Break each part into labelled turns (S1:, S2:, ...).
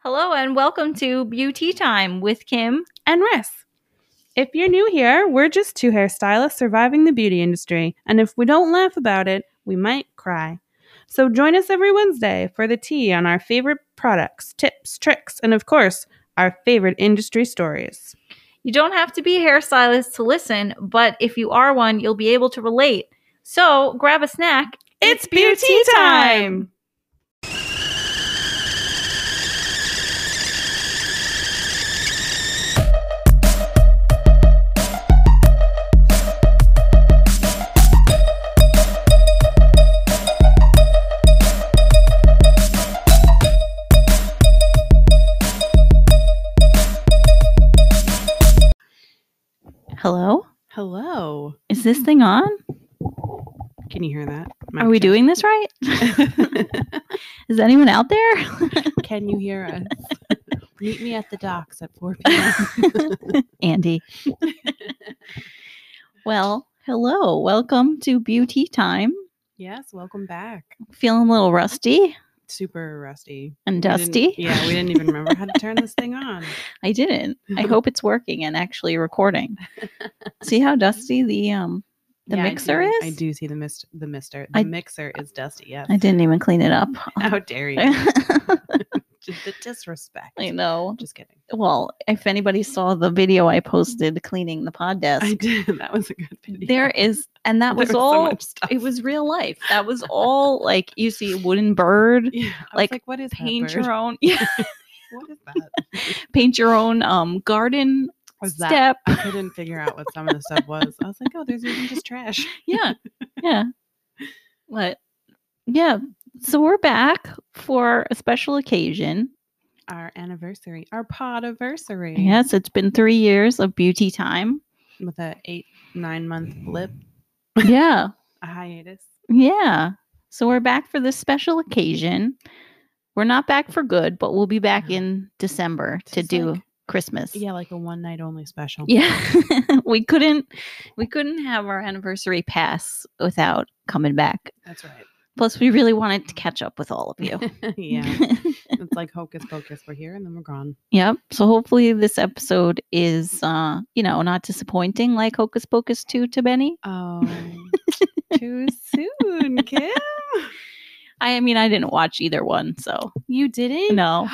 S1: Hello and welcome to Beauty Time with Kim.
S2: and Riss. If you're new here, we're just two hairstylists surviving the beauty industry, and if we don't laugh about it, we might cry. So join us every Wednesday for the tea on our favorite products, tips, tricks, and of course, our favorite industry stories.
S1: You don't have to be a hairstylist to listen, but if you are one, you'll be able to relate. So grab a snack.
S2: It's beauty time!
S1: Hello?
S2: Hello.
S1: Is this thing on?
S2: Can you hear that?
S1: Are we doing this right? Is anyone out there?
S2: Can you hear us? Meet me at the docks at 4 p.m.
S1: Andy. well, hello. Welcome to Beauty Time.
S2: yes, welcome back.
S1: Feeling a little rusty
S2: Super rusty.
S1: and
S2: We didn't-
S1: dusty.
S2: Yeah, we didn't even remember how to turn this thing on.
S1: I didn't. I hope it's working and actually recording. See how dusty the um the
S2: Yeah, I
S1: mixer
S2: do-
S1: is?
S2: I do see the mist. The mister. The
S1: I-
S2: mixer is dusty. Yes.
S1: I didn't even clean it up.
S2: How dare you?
S1: I
S2: Just the disrespect.
S1: know.
S2: Just kidding.
S1: Well, if anybody saw the video I posted cleaning the pod
S2: I
S1: desk,
S2: did. That was a good video.
S1: there is and that
S2: There
S1: was
S2: so
S1: all
S2: much stuff.
S1: it was real life. That was all like you see a wooden bird,
S2: Yeah, I was
S1: like,
S2: what is that
S1: paint
S2: bird?
S1: your own yeah,
S2: What is that?
S1: paint your own um garden
S2: Was that?
S1: step.
S2: I couldn't figure out what some of the stuff was. I was like, oh, there's even just trash.
S1: Yeah. Yeah. What? Yeah. So we're back for a special occasion.
S2: Our anniversary, our podiversary.
S1: Yes, it's been three years of beauty time.
S2: With a eight nine month blip,
S1: Yeah.
S2: a hiatus.
S1: Yeah. So we're back for this special occasion. We're not back for good, but we'll be back
S2: No.
S1: in December to
S2: Just
S1: do
S2: like-
S1: Christmas.
S2: Yeah, like a one night only special.
S1: Yeah. we couldn't we couldn't have our anniversary pass without coming back.
S2: That's right.
S1: Plus we really wanted to catch up with all of you.
S2: yeah. It's like hocus pocus. We're here and then we're gone.
S1: Yep. So hopefully this episode is uh, you know, not disappointing like Hocus Pocus 2 to Benny.
S2: Oh, too soon, Kim.
S1: I mean, I didn't watch either one, so
S2: You didn't?
S1: no.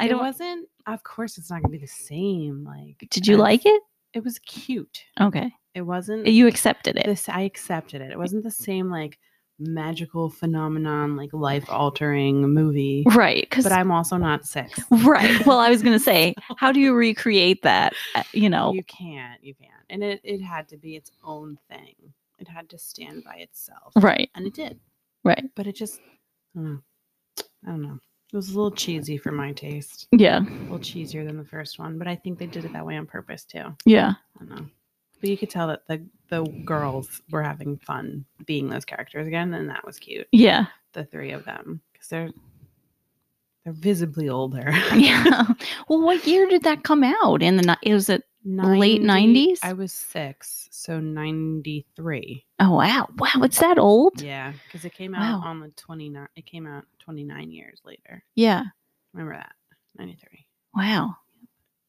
S2: it
S1: don't-
S2: wasn't. Of course, it's not gonna be the same. Like,
S1: Did you
S2: I-
S1: like it?
S2: It was cute.
S1: Okay.
S2: It wasn't.
S1: You accepted it.
S2: this I accepted it. It wasn't the same like magical phenomenon, like life altering movie.
S1: Right. Cuz
S2: But I'm also not six.
S1: Right. Well, I was going to say, how do you recreate that? uh, You know,
S2: You can't. You can't. And it it had to be its own thing. It had to stand by itself.
S1: right.
S2: And it did.
S1: Right.
S2: But it just. I don't know. I don't know. It was a little cheesy for my taste.
S1: Yeah.
S2: little cheesier than the first one, but I think they did it that way on purpose too. I
S1: Yeah.
S2: don't know. But you could tell that the the girls were having fun being those characters again, and that was cute.
S1: Yeah.
S2: The three of them because they're they're visibly older.
S1: Yeah. well, what year did that come out? In the ni- it was it Late 90s?
S2: I was six, so ninety three.
S1: Oh, wow. Wow, it's that old?
S2: Yeah, because it came out
S1: Wow.
S2: on the twenty nine. It came out twenty nine years later.
S1: yeah.
S2: Remember that ninety three.
S1: Wow.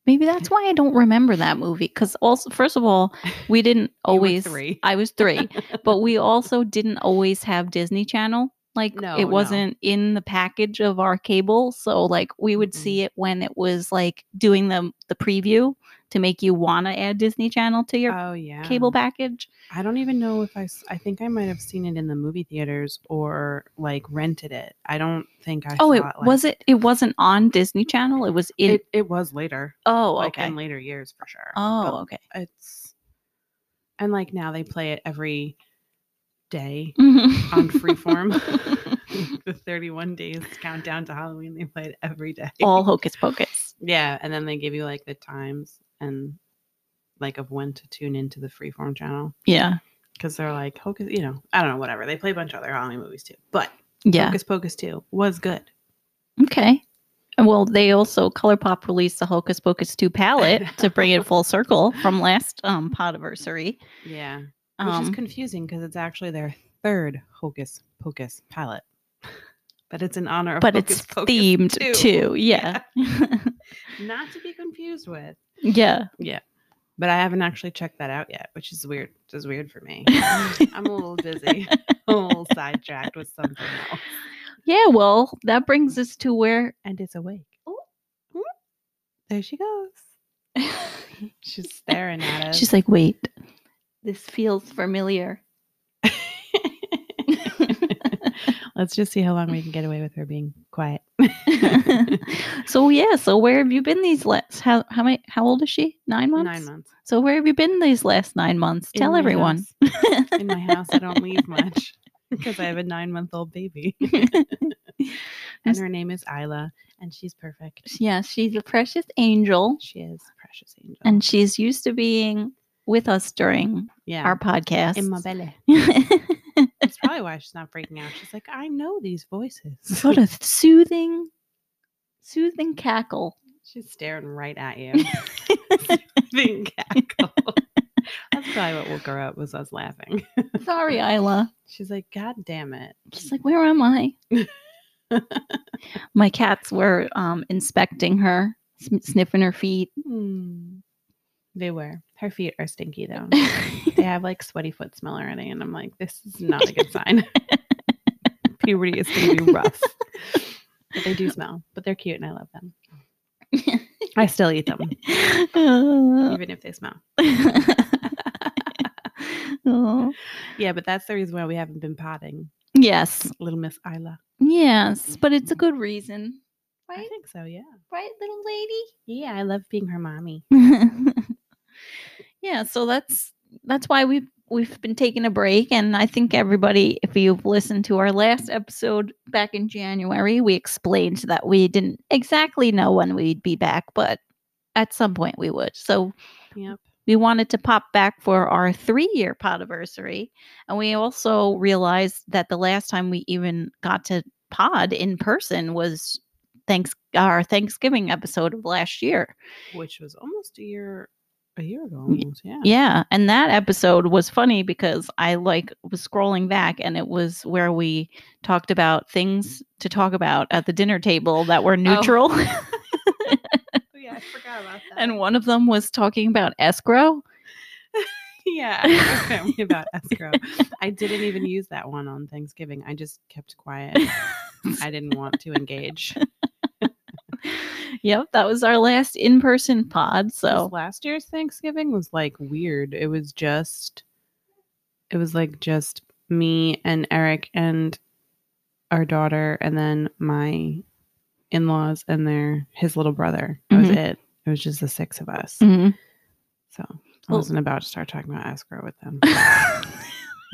S1: Maybe that's why I don't remember that movie. Because also, first of all, we didn't always.
S2: three.
S1: I was three, but we also didn't always have Disney Channel. Like
S2: No,
S1: it
S2: no.
S1: wasn't in the package of our cable, so like we would
S2: Mm-mm.
S1: see it when it was like doing the the preview to make you wanna add Disney Channel to your
S2: Oh yeah,
S1: cable package.
S2: I don't even know if I. s- I think I might have seen it in the movie theaters or like rented it. I don't think I.
S1: Oh, it
S2: saw like-
S1: was it. It wasn't on Disney Channel. It was in.
S2: It it was later.
S1: oh,
S2: like
S1: okay.
S2: in later years for sure.
S1: oh, okay.
S2: but it's and like now they play it every day on Freeform. the 31 days countdown to Halloween. They play it every day.
S1: All hocus pocus.
S2: yeah, and then they give you like the times and like of when to tune into the Freeform channel
S1: Yeah.
S2: because they're like hocus. You know, I don't know. Whatever. They play a bunch of other Halloween movies too, but.
S1: Yeah.
S2: Hocus Pocus 2 was good.
S1: Okay. And Well, they also ColourPop released the Hocus Pocus 2 palette to bring it full circle from last um podiversary.
S2: Yeah. Which
S1: Um,
S2: is confusing because it's actually their third Hocus Pocus palette. But it's in honor of
S1: but
S2: Hocus
S1: it's
S2: Pocus
S1: themed
S2: too.
S1: too. Yeah. Yeah.
S2: Not to be confused with.
S1: yeah.
S2: But I haven't actually checked that out yet, which is weird. Which is weird for me. I'm a little busy. I'm a little sidetracked with something else.
S1: Well, that brings us to where.
S2: And it's awake. Oh, there she goes. She's staring at us.
S1: She's like, wait, this feels familiar.
S2: Let's just see how long we can get away with her being quiet.
S1: so yeah. So where have you been these last? How how many? How old is she? Nine months.
S2: Nine months.
S1: So where have you been these last nine months?
S2: In
S1: Tell
S2: my
S1: everyone.
S2: house- in my house, I don't leave much because I have a nine month old baby. and
S1: Yes.
S2: her name is Isla, and she's perfect.
S1: yeah, she's a precious angel,
S2: She is a precious angel.
S1: and she's used to being with us during
S2: yeah,
S1: our podcast.
S2: in my belly. That's probably why she's not freaking out. She's like, I know these voices.
S1: what a soothing, soothing cackle.
S2: she's staring right at you. Soothing cackle. That's probably what woke her up was us laughing.
S1: Sorry, Isla.
S2: She's like, God damn it.
S1: She's like, where am I? my cats were um, inspecting her, sm- sniffing her feet.
S2: Hmm. They were. Her feet are stinky though. they have like sweaty foot smell already, and I'm like, this is not a good sign. Puberty is going to be rough. But they do smell, but they're cute, and I love them. I still eat them,
S1: Oh.
S2: even if they smell.
S1: Oh.
S2: Yeah, but that's the reason why we haven't been potting,
S1: Yes,
S2: little Miss Isla.
S1: yes, but it's a good reason,
S2: I
S1: right?
S2: think so. Yeah.
S1: Right, little lady.
S2: Yeah, I love being her mommy.
S1: yeah, so that's that's why we have we've been taking a break and I think everybody if you've listened to our last episode back in January, we explained that we didn't exactly know when we'd be back, but at some point we would. So
S2: Yep.
S1: we wanted to pop back for our 3-year podiversary and we also realized that the last time we even got to pod in person was thanks our Thanksgiving episode of last year.
S2: Which was almost a year, a year ago. Almost, yeah.
S1: Yeah, and that episode was funny because I like was scrolling back and it was where we talked about things to talk about at the dinner table that were neutral
S2: Oh, yeah, I forgot about that.
S1: and one of them was talking about escrow.
S2: Yeah, I told Family about escrow. I didn't even use that one on Thanksgiving. I just kept quiet. I didn't want to engage. It
S1: yep, that was our last in-person pod,
S2: was
S1: so
S2: last year's Thanksgiving was like weird. It was just, it was like just me and Eric and our daughter, and then my in-laws and their his little brother. That was
S1: Mhm.
S2: it. It was just the six of us.
S1: Mhm.
S2: So I
S1: Well-
S2: wasn't about to start talking about escrow with them.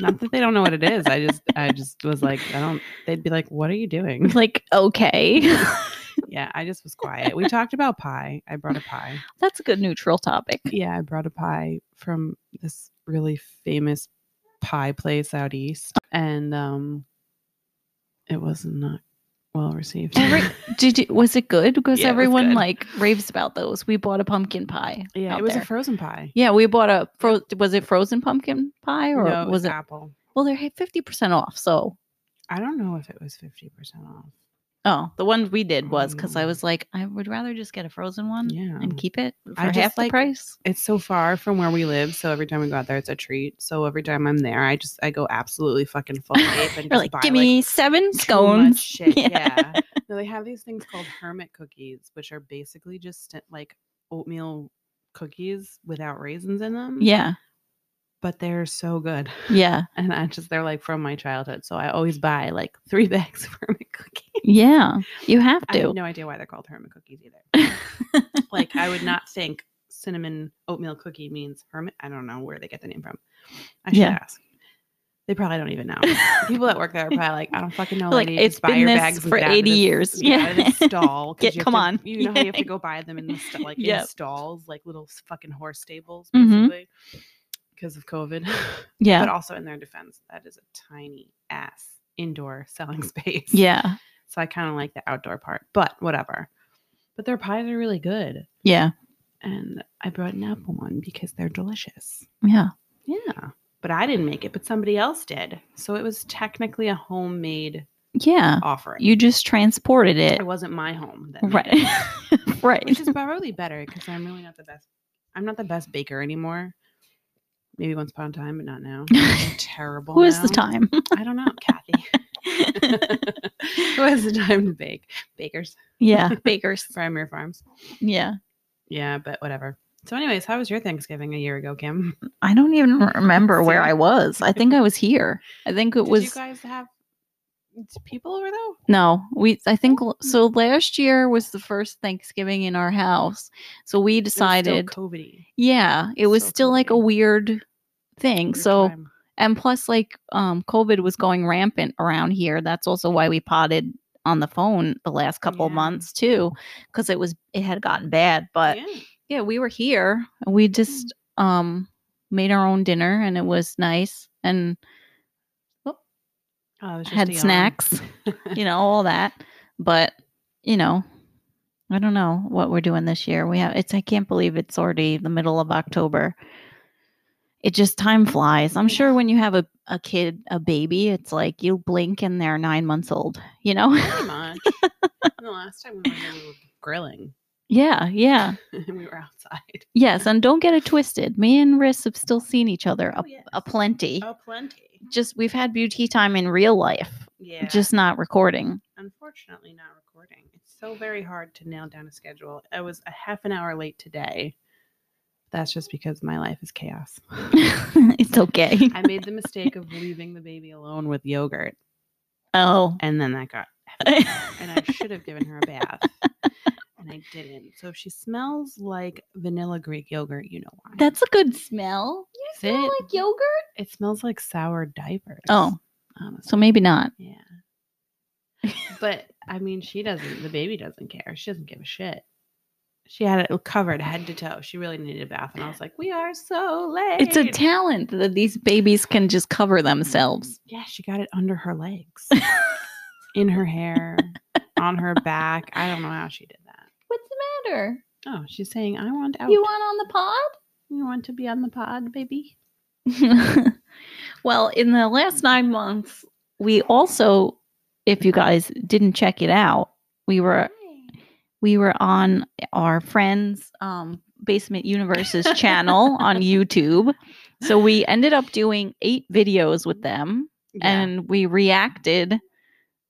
S2: Not that they don't know what it is. I just, I just was like, I don't. They'd be like, "What are you doing?"
S1: like okay.
S2: Yeah, I just was quiet. We talked about pie. I brought a pie.
S1: That's a good neutral topic.
S2: Yeah, I brought a pie from this really famous pie place out east, and um, it was not well received.
S1: Every- Did you, was it good? Because
S2: Yeah, it was
S1: everyone
S2: good.
S1: like raves about those. We bought a pumpkin pie.
S2: yeah,
S1: out
S2: it was
S1: there.
S2: a frozen pie.
S1: Yeah, we bought a fro- was it frozen pumpkin pie or
S2: no,
S1: was it?
S2: apple?
S1: Well, they're fifty percent off. So
S2: I don't know if it was fifty percent off.
S1: oh, the one we did was because I
S2: Mm.
S1: was like, I would rather just get a frozen one
S2: Yeah.
S1: and keep it for
S2: I
S1: half
S2: just
S1: the
S2: like-
S1: price.
S2: it's so far from where we live, so every time we go out there, it's a treat. So every time I'm there, I just I go absolutely fucking full ape and
S1: Or
S2: just
S1: like,
S2: buy
S1: give me seven
S2: too much
S1: scones.
S2: shit.
S1: Yeah.
S2: Yeah, no, they have these things called hermit cookies, which are basically just st- like oatmeal cookies without raisins in them.
S1: Yeah,
S2: but they're so good,
S1: yeah,
S2: and I just they're like from my childhood, so I always buy like three bags of hermit cookies.
S1: yeah. You have
S2: I
S1: to.
S2: have no idea why they're called hermit cookies either. like I would not think cinnamon oatmeal cookie means hermit. I don't know where they get the name from. I should
S1: Yeah.
S2: ask. They probably don't even know. The People that work there are probably like, I don't fucking know.
S1: Like,
S2: lady. Just
S1: "It's
S2: buy
S1: been
S2: your
S1: this
S2: bags and
S1: for
S2: get out of
S1: 80
S2: this-
S1: years."
S2: get out of this
S1: Yeah.
S2: stall. 'cause
S1: Get-
S2: you have
S1: come
S2: to-
S1: on.
S2: You know how you have
S1: Yeah.
S2: to go buy them in the st- like in
S1: Yep.
S2: stalls, like little s- fucking horse stables,
S1: Mhm.
S2: basically, because of COVID.
S1: yeah,
S2: But also in their defense, that is a tiny ass indoor selling space.
S1: yeah,
S2: So I kind of like the outdoor part, but whatever. But their pies are really good
S1: yeah,
S2: and I brought an apple one because they're delicious.
S1: yeah.
S2: Yeah. But I didn't make it, but somebody else did. So it was technically a homemade
S1: Yeah.
S2: offering.
S1: You just transported it.
S2: it wasn't my home, that made
S1: Right.
S2: it,
S1: right.
S2: Which is probably better because I'm really not the best. I'm not the best baker anymore. Maybe once upon a time, but not now. I'm terrible.
S1: Who is the
S2: now.
S1: time?
S2: I don't know, Kathy. Who has the time to bake? Bakers,
S1: yeah. Bakers.
S2: primary farms.
S1: Yeah.
S2: Yeah, but whatever. So, anyways, how was your Thanksgiving a year ago, Kim?
S1: I don't even remember where I was. I think I was here. I think it
S2: Did you
S1: was
S2: guys have it's people over though?
S1: No, we I think
S2: Oh.
S1: l- so last year was the first Thanksgiving in our house. So we decided
S2: COVID.
S1: yeah, it was
S2: so
S1: still like a
S2: COVID.
S1: weird thing. so and plus like um COVID was going rampant around here. That's also why we potted on the phone the last couple
S2: Yeah.
S1: months too cuz it was it had gotten bad, but
S2: yeah.
S1: yeah, we were here. and We just um made our own dinner and it was nice and
S2: Oh, it was just
S1: had
S2: a yawn.
S1: snacks. you know all that but you know i don't know what we're doing this year we have it's i can't believe it's already the middle of october it just time flies i'm sure when you have a, a kid a baby it's like you blink and they're nine months old you know
S2: Pretty much. the last time we were, here, we were grilling
S1: yeah yeah
S2: and we were outside.
S1: yes and don't get it twisted me and riss have still seen each other a,
S2: Oh, yes.
S1: a plenty
S2: Oh, plenty.
S1: just we've had beauty time in real life
S2: Yeah.
S1: just not recording
S2: unfortunately not recording. It's so very hard to nail down a schedule. I was a half an hour late today. That's just because my life is chaos.
S1: it's okay
S2: I made the mistake of leaving the baby alone with yogurt,
S1: oh
S2: and then that got and I should have given her a bath. And I didn't. So if she smells like vanilla Greek yogurt, you know why.
S1: That's a good smell. You smell
S2: Fit.
S1: like yogurt.
S2: it smells like sour diapers.
S1: Oh,
S2: honestly.
S1: so maybe not.
S2: Yeah. but I mean, she doesn't, the baby doesn't care. She doesn't give a shit. She had it covered head to toe. She really needed a bath. And I was like, we are so late.
S1: It's a talent that these babies can just cover themselves.
S2: yeah, she got it under her legs, in her hair, on her back. I don't know how she did that.
S1: What's the matter?
S2: Oh, she's saying, I want out.
S1: You want on the pod?
S2: you want to be on the pod, baby?
S1: well, in the last nine months, we also, if you guys didn't check it out, we were we were on our friends um, basement universes channel on youtube so we ended up doing eight videos with them
S2: Yeah.
S1: and we reacted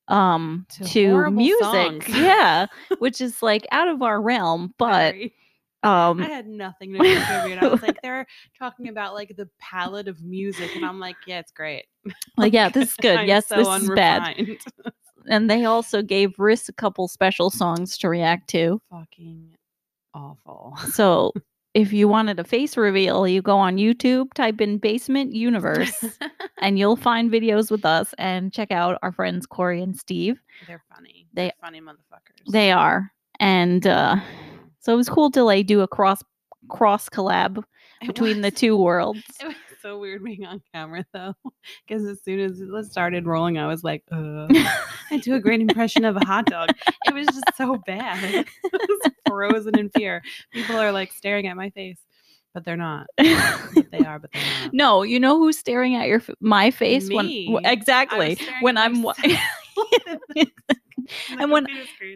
S1: um
S2: To
S1: to,
S2: horrible
S1: music
S2: songs.
S1: yeah which is like out of our realm but
S2: Sorry. I
S1: um
S2: had nothing to contribute. I was like, they're talking about like the palette of music, and I'm like, yeah, it's great.
S1: like yeah this is good
S2: I'm
S1: yes
S2: so
S1: this is bad
S2: unrefined.
S1: and they also gave Riss a couple special songs to react to
S2: Fucking awful.
S1: so if you wanted a face reveal you go on youtube type in basement universe and you'll find videos with us and check out our friends Corey and Steve
S2: They're funny.
S1: They-
S2: They're funny motherfuckers.
S1: they are and uh so it was cool to like do a cross cross collab
S2: It
S1: between the
S2: was-
S1: two worlds
S2: It was so weird being on camera though, because as soon as it started rolling, I was like, uh, I do a great impression of a hot dog. It was just so bad. I was frozen in fear. People are like staring at my face, but they're not. But they are, but they're not.
S1: No, you know who's staring at your f- my face
S2: Me.
S1: when wh- exactly when I'm wa- And when-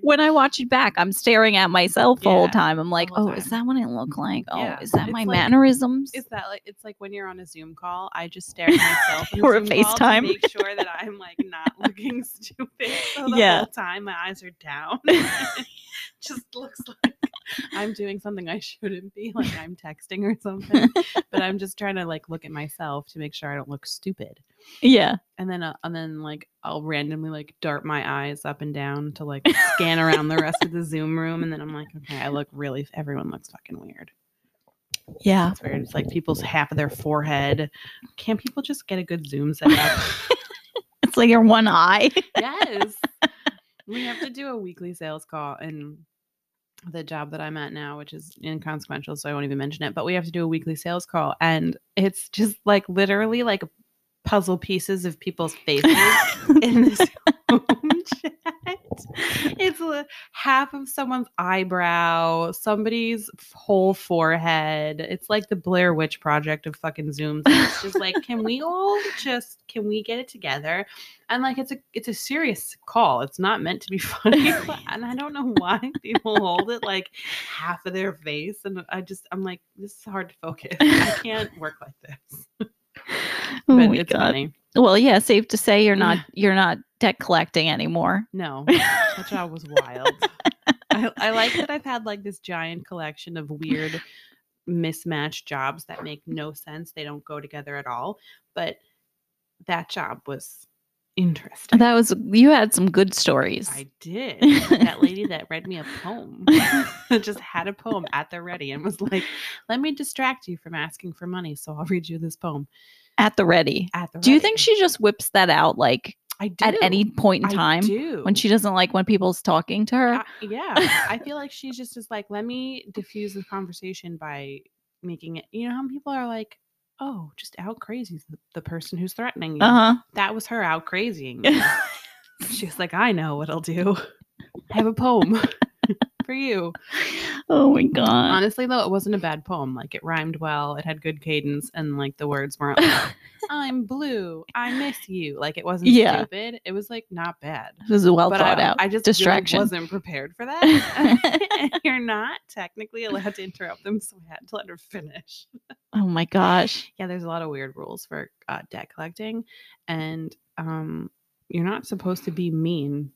S1: when I watch it back, I'm staring at myself the whole
S2: Yeah,
S1: time. I'm like,
S2: whole
S1: oh, is that what it looked like? Oh,
S2: Yeah,
S1: is that
S2: it's
S1: my
S2: like-
S1: mannerisms?
S2: is that like it's like when you're on a Zoom call, I just stare at myself in the
S1: Or a
S2: Zoom call
S1: FaceTime.
S2: to make sure that I'm like not looking stupid. So the
S1: Yeah.
S2: whole time my eyes are down. just looks like I'm doing something I shouldn't be, like I'm texting or something. but I'm just trying to like look at myself to make sure I don't look stupid.
S1: yeah,
S2: And then uh, and then like I'll randomly like dart my eyes up and down to like scan around the rest of the Zoom room and then I'm like, okay, I look really everyone looks fucking weird.
S1: yeah.
S2: It's weird. It's like people's half of their forehead. Can people just get a good zoom setup?
S1: It's like your one eye.
S2: yes. We have to do a weekly sales call and the job that I'm at now, which is inconsequential, so I won't even mention it, but we have to do a weekly sales call and it's just like literally like puzzle pieces of people's faces in this home chat. it's a, half of someone's eyebrow, somebody's whole forehead. It's like the Blair Witch Project of fucking Zooms. And
S1: Oh
S2: It's just like, can we all just can we get it together? And like, it's a it's a serious call. It's not meant to be funny, but- and I don't know why people hold it like half of their face. And I just I'm like, this is hard to focus. I can't work like this.
S1: Oh
S2: But
S1: my
S2: it's
S1: God.
S2: funny.
S1: Well, yeah, safe to say you're not you're not debt collecting anymore.
S2: No, that job was wild. I, I like that I've had like this giant collection of weird, mismatched jobs that make no sense. They don't go together at all. But that job was interesting.
S1: That was you had some good stories.
S2: I did. That lady that read me a poem just had a poem at the ready and was like, let me distract you from asking for money. So I'll read you this poem
S1: at the ready.
S2: at the
S1: Do you
S2: ready."
S1: think she just whips that out like
S2: I do.
S1: at any point in
S2: I
S1: time
S2: do.
S1: when she doesn't like when people's talking to her?
S2: I- yeah, I feel like she's just is like, let me diffuse the conversation by making it. You know how people are like, oh, just out crazy the, the person who's threatening you.
S1: Uh huh.
S2: That was her out crazying. me. she's like, I know what I'll do. I have a poem for you.
S1: oh my god.
S2: Honestly, though, it wasn't a bad poem. Like it rhymed well. It had good cadence, and like the words weren't. Like, I'm blue. I miss you. Like it wasn't
S1: Yeah.
S2: stupid. It was like not bad
S1: This was well
S2: but
S1: thought
S2: I,
S1: out.
S2: I just really
S1: distraction.
S2: wasn't prepared for that. You're not technically allowed to interrupt them, so I had to let her finish.
S1: oh my gosh.
S2: Yeah, there's a lot of weird rules for uh, debt collecting, and um, you're not supposed to be mean,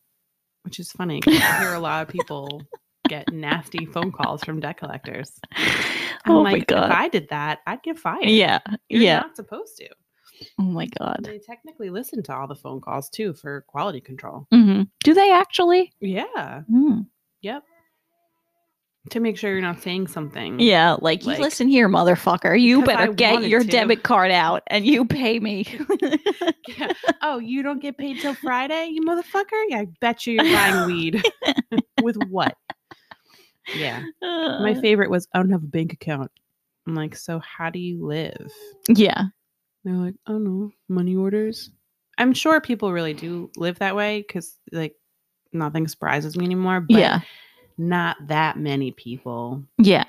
S2: which is funny. 'cause I hear a lot of people get nasty phone calls from debt collectors. I'm
S1: oh
S2: like,
S1: my god.
S2: if I did that, I'd get fired.
S1: yeah.
S2: You're
S1: yeah.
S2: not supposed to.
S1: Oh my god.
S2: They technically listen to all the phone calls too for quality control.
S1: hmm Do they actually?
S2: Yeah.
S1: Mm.
S2: Yep. To make sure you're not saying something.
S1: Yeah. Like,
S2: Mm-hmm. Like-
S1: you listen here, motherfucker. You
S2: Because I
S1: better get
S2: wanted
S1: your
S2: to.
S1: debit card out and you pay me.
S2: Yeah. Oh, you don't get paid till Friday, you motherfucker? Yeah, I bet you you're buying weed. With what? Yeah. My
S1: Uh.
S2: favorite was I don't have a bank account. I'm like, so how do you live?
S1: yeah.
S2: They're like, I don't know, money orders. I'm sure people really do live that way because like nothing surprises me anymore. But
S1: Yeah.
S2: not that many people.
S1: Yeah.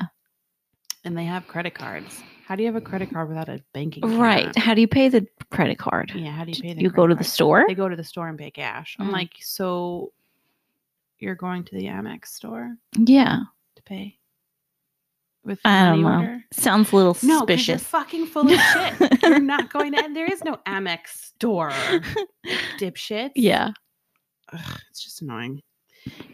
S2: And they have credit cards. How do you have a credit card without a banking account?
S1: Right. How do you pay the credit card?
S2: Yeah, how do you
S1: D-
S2: pay the
S1: you go to
S2: credit
S1: the
S2: card?
S1: store?
S2: They go to the store and pay cash. I'm
S1: Mm.
S2: like, so you're going to the Amex store
S1: Yeah.
S2: to pay with
S1: I don't
S2: money
S1: know.
S2: order?
S1: Sounds a little
S2: No, 'cause you're
S1: suspicious.
S2: fucking full of shit. You're not going to. And there is no Amex store, dipshit.
S1: yeah.
S2: it's just annoying.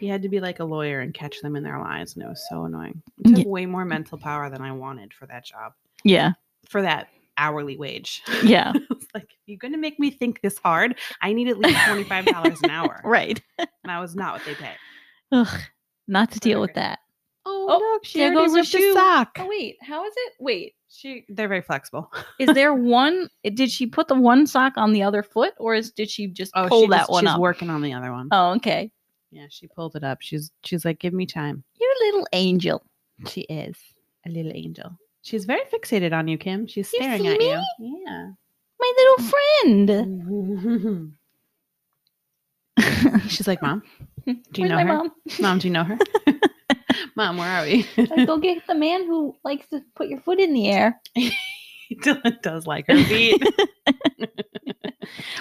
S2: You had to be like a lawyer and catch them in their lies, and it was so annoying. It took
S1: Yeah.
S2: way more mental power than I wanted for that job,
S1: Yeah.
S2: for that hourly wage.
S1: Yeah.
S2: It's like, if you're going to make me think this hard, I need at least twenty five dollars an hour.
S1: Right.
S2: and I was not what they pay.
S1: Ugh. Not to deal with
S2: Sorry.
S1: that.
S2: Oh,
S1: Oh,
S2: look, she
S1: there
S2: already
S1: goes her
S2: ripped
S1: shoe.
S2: a sock.
S1: Oh, wait. How is it? Wait.
S2: She, they're very flexible.
S1: Is there one? eh, Did she put the one sock on the other foot, or is did she just
S2: Oh,
S1: pull
S2: she
S1: that
S2: just-
S1: one
S2: she's
S1: up?
S2: working on the other one.
S1: Oh, okay.
S2: Yeah, she pulled it up. She's she's like, give me time.
S1: You little angel.
S2: She is a little angel. She's very fixated on you, Kim. She's
S1: You
S2: staring
S1: see
S2: at you.
S1: My little friend.
S2: Yeah.
S1: Mm.
S2: she's like, mom, do you
S1: Where's
S2: know
S1: my
S2: her?
S1: mom?
S2: Mom, do you know her? mom, where are we?
S1: I go get the man who likes to put your foot in the air.
S2: Dylan does like her feet.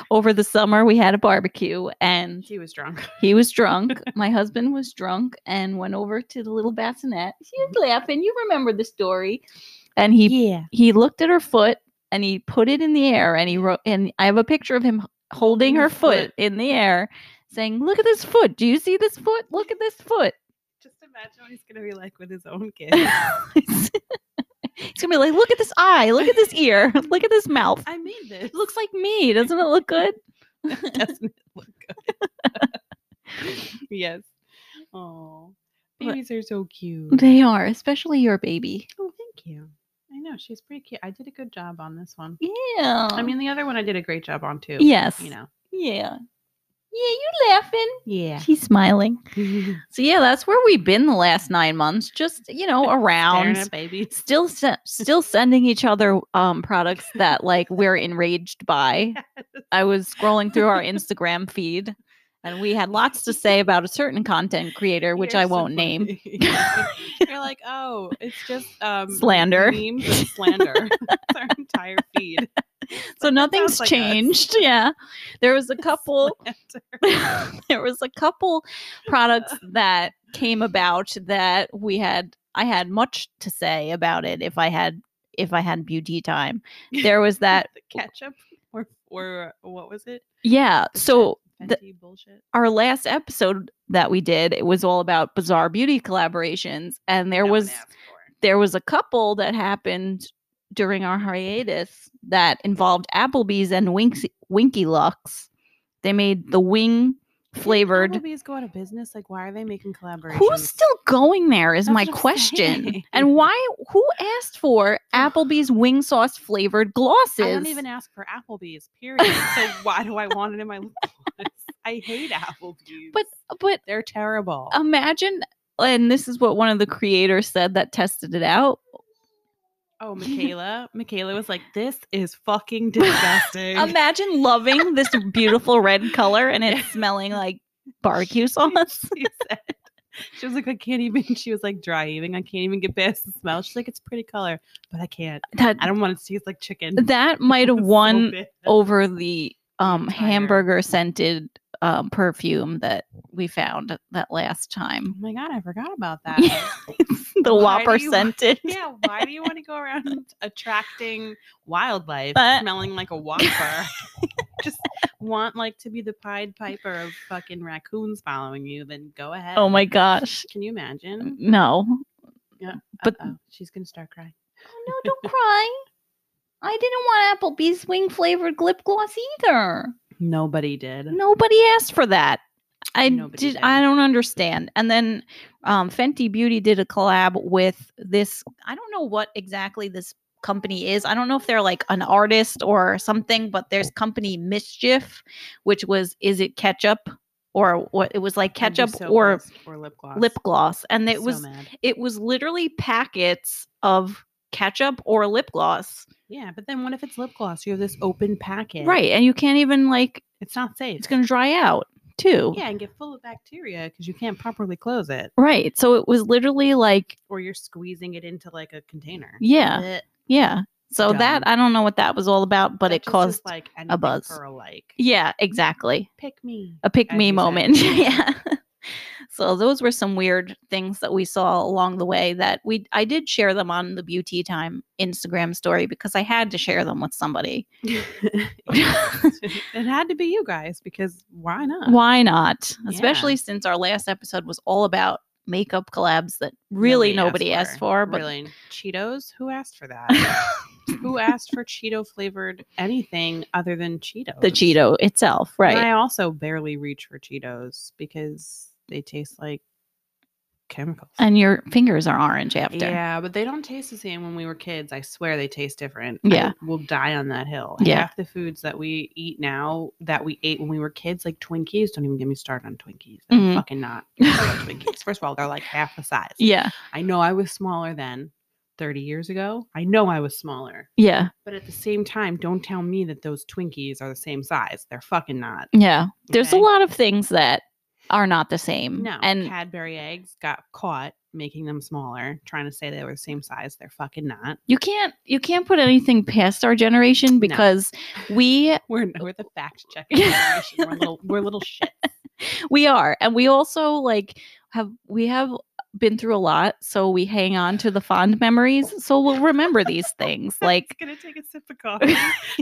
S1: Over the summer, we had a barbecue, and
S2: she was drunk.
S1: He was drunk. My husband was drunk and went over to the little bassinet. She was laughing. You remember the story. And he
S2: Yeah.
S1: he looked at her foot and he put it in the air and he wrote and I have a picture of him h- holding her
S2: her
S1: foot
S2: foot.
S1: in the air saying, "Look at this foot. Do you see this foot? Look at this foot."
S2: Just imagine what he's gonna be like with his own kid.
S1: He's going to be like, "Look at this eye. Look at this ear. Look at this mouth.
S2: I made this.
S1: It looks like me. Doesn't it look good?"
S2: doesn't it look good? yes. Oh,
S1: But-
S2: babies are so cute.
S1: They are, especially your baby.
S2: Oh, thank you. I know she's pretty cute. I did a good job on this one.
S1: Yeah.
S2: I mean, the other one I did a great job on too.
S1: yes.
S2: You know.
S1: Yeah. Yeah, you laughing.
S2: Yeah.
S1: She's smiling. So yeah, that's where we've been the last nine months. Just you know,
S2: Staring
S1: around
S2: at babies.
S1: still se- still sending each other um products that like we're enraged by. I was scrolling through our Instagram feed and And we had lots to say about a certain content creator, which
S2: You're
S1: I
S2: so
S1: won't name.
S2: funny. You're like, oh, it's just um,
S1: Slander.
S2: memes and slander. That's our entire feed.
S1: So nothing's
S2: sounds like us.
S1: changed. Yeah. There was a couple there was a couple products that came about that we had I had much to say about it if I had if I had beauty time. There was that
S2: The ketchup or or uh, what was it?
S1: yeah. So
S2: Fenty
S1: The-
S2: bullshit.
S1: our last episode that we did, it was all about bizarre beauty collaborations and there
S2: No one
S1: was
S2: asked for.
S1: there was a couple that happened during our hiatus that involved Applebee's and Winky Winky Lux. They made the wing
S2: Didn't
S1: flavored
S2: Applebee's go out of business. Like, why are they making collaborations?
S1: Who's still going there is
S2: That's
S1: my
S2: what I'm
S1: question.
S2: saying.
S1: And why who asked for Applebee's wing sauce flavored glosses?
S2: I don't even ask for Applebee's. Period. so why do I want it in my? lip gloss? I hate Applebee's.
S1: But um, but
S2: they're terrible.
S1: imagine and this is what one of the creators said that tested it out.
S2: oh, Michaela. Michaela was like, "This is fucking disgusting."
S1: Imagine loving this beautiful red color and it's smelling like barbecue sauce.
S2: she said. She was like, I can't even. She was like dry heaving. I can't even get past the smell. She's like, it's pretty color, but I can't.
S1: That
S2: I don't want it to taste like chicken.
S1: that might have
S2: So
S1: won
S2: bad.
S1: over the um,
S2: Entire-
S1: hamburger scented um, perfume that we found that last
S2: Oh
S1: time.
S2: my god, I forgot about that.
S1: Yeah. the
S2: Why do
S1: Whopper
S2: you-
S1: scented.
S2: yeah, why do you want to go around attracting wildlife,
S1: But-
S2: smelling like a whopper? Just want like to be the Pied Piper of fucking raccoons following you? Then go ahead.
S1: Oh my gosh.
S2: Can you
S1: Mm-hmm.
S2: imagine?
S1: No. but-
S2: Uh-oh, she's gonna start crying.
S1: Oh no, don't cry. I didn't want Applebee's wing flavored lip gloss either.
S2: Nobody did.
S1: Nobody asked for that. I
S2: Nobody
S1: did,
S2: did.
S1: I don't understand. And then um, Fenty Beauty did a collab with this. I don't know what exactly this company is. I don't know if they're like an artist or something, but there's company Mischief, which was is it ketchup or what? It was like
S2: I'd be
S1: ketchup
S2: so
S1: or
S2: pissed, or lip gloss.
S1: lip gloss, and it
S2: So
S1: was
S2: mad.
S1: it was literally packets of ketchup or lip gloss.
S2: Yeah, but then what if it's lip gloss? You have this open packet.
S1: Right. And you can't even like
S2: It's not safe.
S1: it's gonna Oh. dry out too.
S2: yeah, and get full of bacteria because you can't properly close it,
S1: Right. So it was literally like,
S2: or you're squeezing it into like a container.
S1: yeah,
S2: Blech.
S1: yeah. So that
S2: Dumb.
S1: I don't know what that was all about, but
S2: That
S1: it
S2: just is
S1: caused
S2: like anything for
S1: buzz.
S2: like
S1: Yeah, Oh. exactly.
S2: pick me.
S1: A pick
S2: As
S1: me
S2: you said.
S1: moment. yeah. So those were some weird things that we saw along the way that we I did share them on the beauty time Instagram story because I had to share them with somebody.
S2: it had to be you guys because why not?
S1: Why not?
S2: Yeah.
S1: Especially since our last episode was all about makeup collabs that really nobody asked, for, but
S2: really Cheetos. Who asked for that? Who asked for Cheeto flavored anything other than Cheetos?
S1: the Cheeto itself, right?
S2: And I also barely reach for Cheetos because they taste like chemicals.
S1: And your fingers are orange after.
S2: Yeah, but they don't taste the same when we were kids. I swear they taste different.
S1: Yeah.
S2: I will die on that hill.
S1: Yeah.
S2: Half the foods that we eat now that we ate when we were kids, like Twinkies, don't even get me started on Twinkies. I'm
S1: Mhm.
S2: fucking not. I love Twinkies. First of all, they're like half the size.
S1: Yeah.
S2: I know I was smaller then 30 years ago. I know I was smaller.
S1: Yeah.
S2: But at the same time, don't tell me that those Twinkies are the same size. They're fucking not.
S1: Yeah. There's a
S2: Okay.
S1: lot of things that are not the same.
S2: No,
S1: And
S2: Cadbury eggs got caught making them smaller, trying to say they were the same size. They're fucking not.
S1: you can't you can't put anything past our generation because we
S2: We're we're the fact checking generation. We're little we're little shit.
S1: we are. And we also like have we have been through a lot, so we hang on to the fond memories. So we'll remember these things. Like
S2: gonna take a sip of coffee,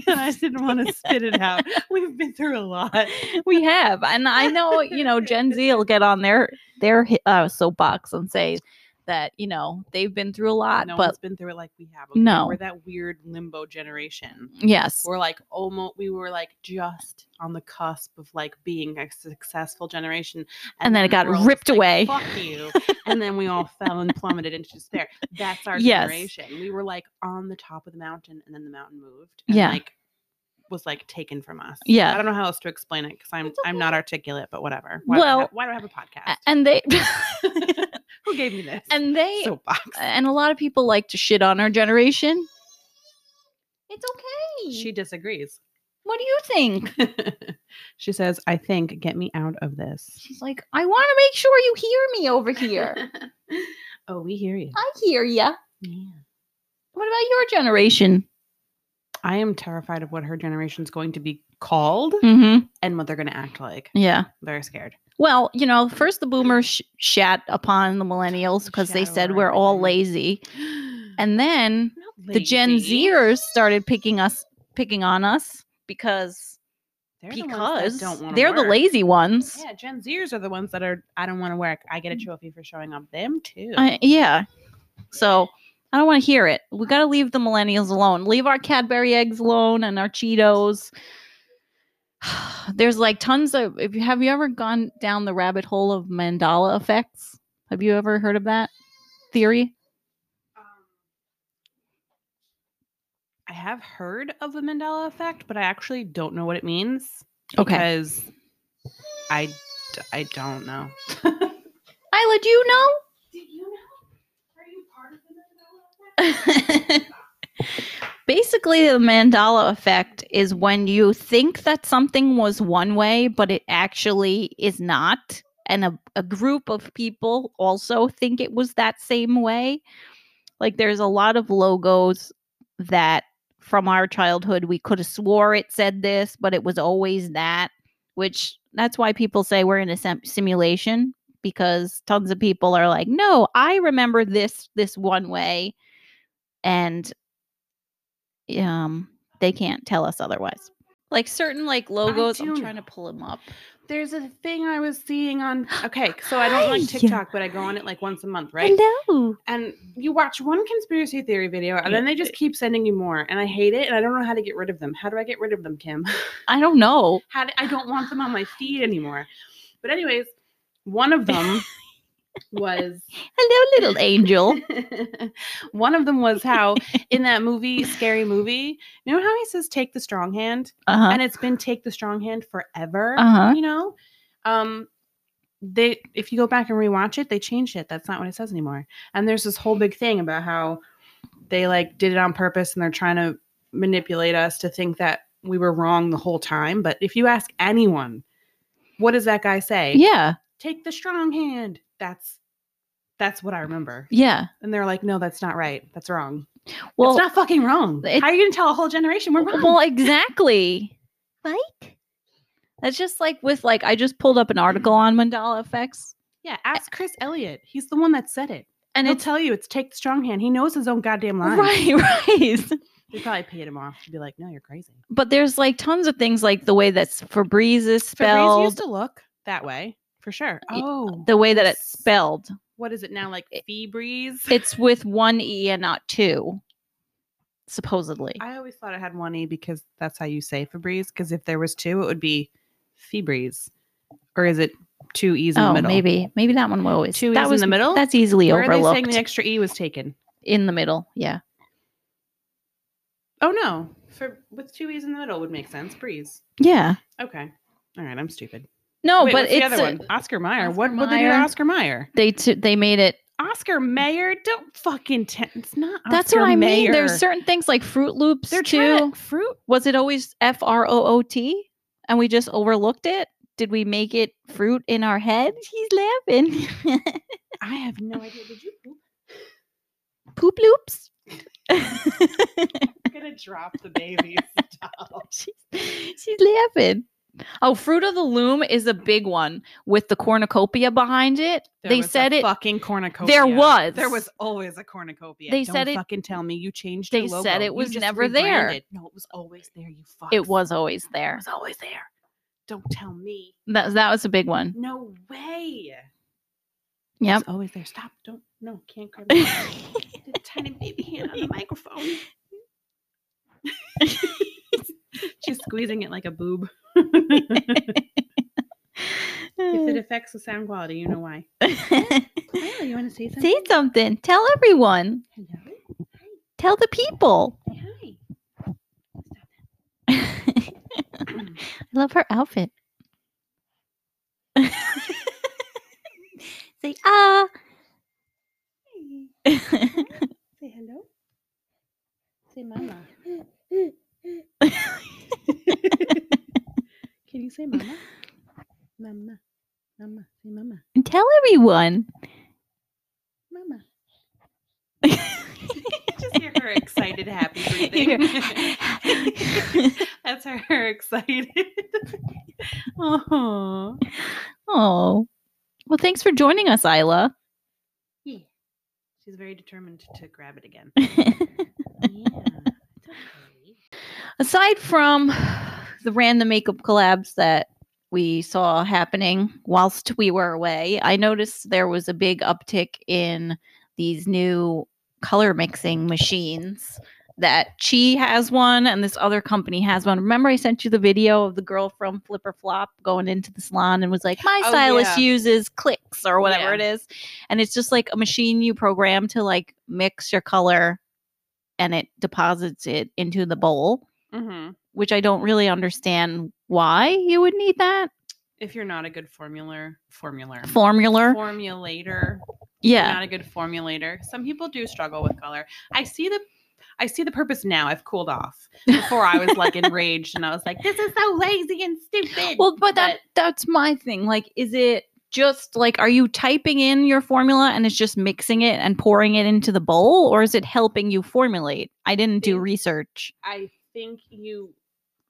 S2: and I didn't want to spit it out. We've been through a lot.
S1: we have and i know you know gen z will get on their their uh, soapbox and say that you know they've been through a lot
S2: No
S1: but
S2: one's been through it like we have.
S1: No.
S2: we're that weird limbo generation.
S1: yes
S2: We're like almost. We were like just on the cusp of like being a successful generation,
S1: And then it
S2: the
S1: got
S2: world was
S1: ripped
S2: like,
S1: away.
S2: Fuck you! and then we all fell and plummeted into despair. That's our
S1: Yes.
S2: generation. We were like on the top of the mountain, and then the mountain moved. And
S1: Yeah.
S2: Like, was like taken from us.
S1: Yeah.
S2: I don't know how else to explain it because I'm
S1: It's
S2: I'm
S1: okay.
S2: not articulate, but whatever. Why do I
S1: Well,
S2: have- why do I have a podcast?
S1: A- and they
S2: Who gave me this?
S1: and they uh,
S2: soapbox.
S1: and a lot of people like to shit on our generation it's okay
S2: she disagrees.
S1: what do you think
S2: She says, I think, get me out of this.
S1: She's like, I want to make sure you hear me over here.
S2: oh, we hear you.
S1: I hear ya.
S2: Yeah.
S1: What about your generation?
S2: I am terrified of what her generation's going to be called
S1: Mm-hmm.
S2: and what they're going to act like.
S1: Yeah.
S2: Very scared.
S1: Well, you know, first the boomers sh- shat upon the millennials because they
S2: Shat
S1: said
S2: over
S1: we're all
S2: everything.
S1: lazy, and then
S2: Not
S1: the Gen
S2: lazy.
S1: Zers started picking us, picking on us because
S2: They're the ones that
S1: because
S2: don't wanna
S1: they're the
S2: work.
S1: lazy ones.
S2: Yeah, Gen Zers are the ones that are. I don't want to work. I get a trophy for showing up. Them too.
S1: Mm. I, yeah. So I don't want to hear it. We got to leave the millennials alone. Leave our Cadbury eggs alone and our Cheetos. There's like tons of. If you have you ever gone down the rabbit hole of mandala effects? Have you ever heard of that theory?
S2: I have heard of the Mandela effect, but I actually don't know what it means.
S1: Okay.
S2: Because I, d- I don't know.
S1: Isla, do you know?
S2: Do you know? Are you part of the
S1: Basically, the mandala effect is when you think that something was one way, but it actually is not. And a, a group of people also think it was that same way. Like, there's a lot of logos that from our childhood we could have swore it said this, but it was always that, which that's why people say we're in a sim- simulation because tons of people are like, no, I remember this this one way and um they can't tell us otherwise like certain like logos i'm
S2: do
S1: trying to pull them up
S2: There's a thing I was seeing on. Okay, so I don't like
S1: Hiya.
S2: TikTok, but I go on it like once a month, right?
S1: hello
S2: and you watch one conspiracy theory video and then they just keep sending you more and i hate it and i don't know how to get rid of them how do i get rid of them kim
S1: i don't know
S2: how do, i don't want them on my feed anymore but anyways one of them was
S1: hello little angel
S2: one of them was how in that movie scary movie you know how he says take the strong hand
S1: uh-huh
S2: and it's been take the strong hand forever
S1: Uh-huh.
S2: you know um they if you go back and rewatch it they changed it that's not what it says anymore and there's this whole big thing about how they like did it on purpose and they're trying to manipulate us to think that we were wrong the whole time but if you ask anyone what does that guy say
S1: yeah
S2: take the strong hand that's that's what i remember
S1: yeah
S2: and they're like no that's not right that's wrong well
S1: well
S2: it's not fucking wrong
S1: it-
S2: how are you gonna tell a whole generation we're wrong
S1: well exactly like that's just like with like i just pulled up an article on mandala effects
S2: yeah ask chris elliott he's the one that said it
S1: and
S2: He'll
S1: it's
S2: tell you it's take the strong hand. He knows his own goddamn line.
S1: right right
S2: They probably paid him off to be like, no, you're crazy.
S1: but there's like tons of things like the way that Febreze is
S2: Fabrice
S1: spelled
S2: used to look that way for sure.
S1: Y-
S2: Oh,
S1: the way that it's
S2: Yes.
S1: spelled
S2: what is it now? Like Feebreeze?
S1: it's with one e and not two supposedly
S2: I always thought it had one e because that's how you say Febreze. Because if there was two, it would be Feebreeze. Or is it two e's in
S1: oh
S2: the middle?
S1: maybe maybe that one will always
S2: Two
S1: that
S2: E's in
S1: was
S2: the middle?
S1: that's easily
S2: Where are they saying
S1: overlooked
S2: the extra e was taken?
S1: in the middle yeah
S2: Oh no, for with two e's in the middle would make sense. Breeze.
S1: yeah
S2: Okay. All right, I'm stupid.
S1: no
S2: Wait,
S1: but
S2: what's
S1: it's
S2: the other
S1: uh,
S2: one. Oscar Meyer.
S1: Oscar
S2: what what did they do to
S1: Mayer.
S2: Oscar Meyer?
S1: they t- they made it
S2: Oscar Mayer, don't fucking. T- it's not.
S1: that's
S2: Oscar
S1: what i mean
S2: Mayer.
S1: there's certain things like fruit loops
S2: They're
S1: too
S2: trying to- fruit.
S1: was it always f r o o t and we just overlooked it did we make it fruit in our head he's laughing
S2: I have no idea. Did you poop?
S1: poop loops
S2: I'm gonna drop the baby. Stop.
S1: she's, she's laughing. Oh, Fruit of the Loom is a big one with the cornucopia behind it.
S2: There
S1: they
S2: was a
S1: said it.
S2: Fucking cornucopia.
S1: There was.
S2: There was always a cornucopia.
S1: They
S2: Don't
S1: said it-
S2: Fucking tell me you changed.
S1: They
S2: your logo.
S1: said it
S2: You
S1: was
S2: just
S1: never there.
S2: rebranded. No, it was always there. You fucks.
S1: It was always
S2: It
S1: there.
S2: was always there. Don't tell me.
S1: That that was a big one.
S2: No way.
S1: Yep.
S2: It's always there. Stop. Don't. No. Can't grab the the tiny baby hand on the microphone. She's squeezing it like a boob. if it affects the sound quality, you know why. Kyle, you want to say something?
S1: Say something. Tell everyone.
S2: Hello.
S1: Tell the people.
S2: Hi. Hi.
S1: I love her outfit. Say ah.
S2: Say hello. Say mama. Can you say mama? mama. Mama. Say mama.
S1: And tell everyone.
S2: Mama. Just hear her excited, happy breathing. That's her, her excited. oh,
S1: oh. Well, thanks for joining us, Isla.
S2: yeah. She's very determined to grab it again. yeah. it's okay.
S1: Aside from the random makeup collabs that we saw happening whilst we were away, I noticed there was a big uptick in these new color mixing machines that Chi has one and this other company has one. Remember I sent you the video of the girl from Flipper Flop going into the salon and was like, "My
S2: Oh,
S1: stylist
S2: yeah.
S1: uses clicks or whatever
S2: Yeah.
S1: it is." And it's just like a machine you program to like mix your color and it deposits it into the bowl
S2: Mm-hmm.
S1: which I don't really understand why you would need that
S2: If you're not a good formula, formula,
S1: formula.
S2: formulator, you're
S1: Yeah.
S2: not a good formulator. Some people do struggle with color. I see the I see the purpose now. I've cooled off. Before I was like enraged and I was like, this is so lazy and stupid.
S1: Well, but that that's my thing. Like, is it just like are you typing in your formula and it's just mixing it and pouring it into the bowl, or is it helping you formulate? I didn't do
S2: Think-
S1: research.
S2: I think you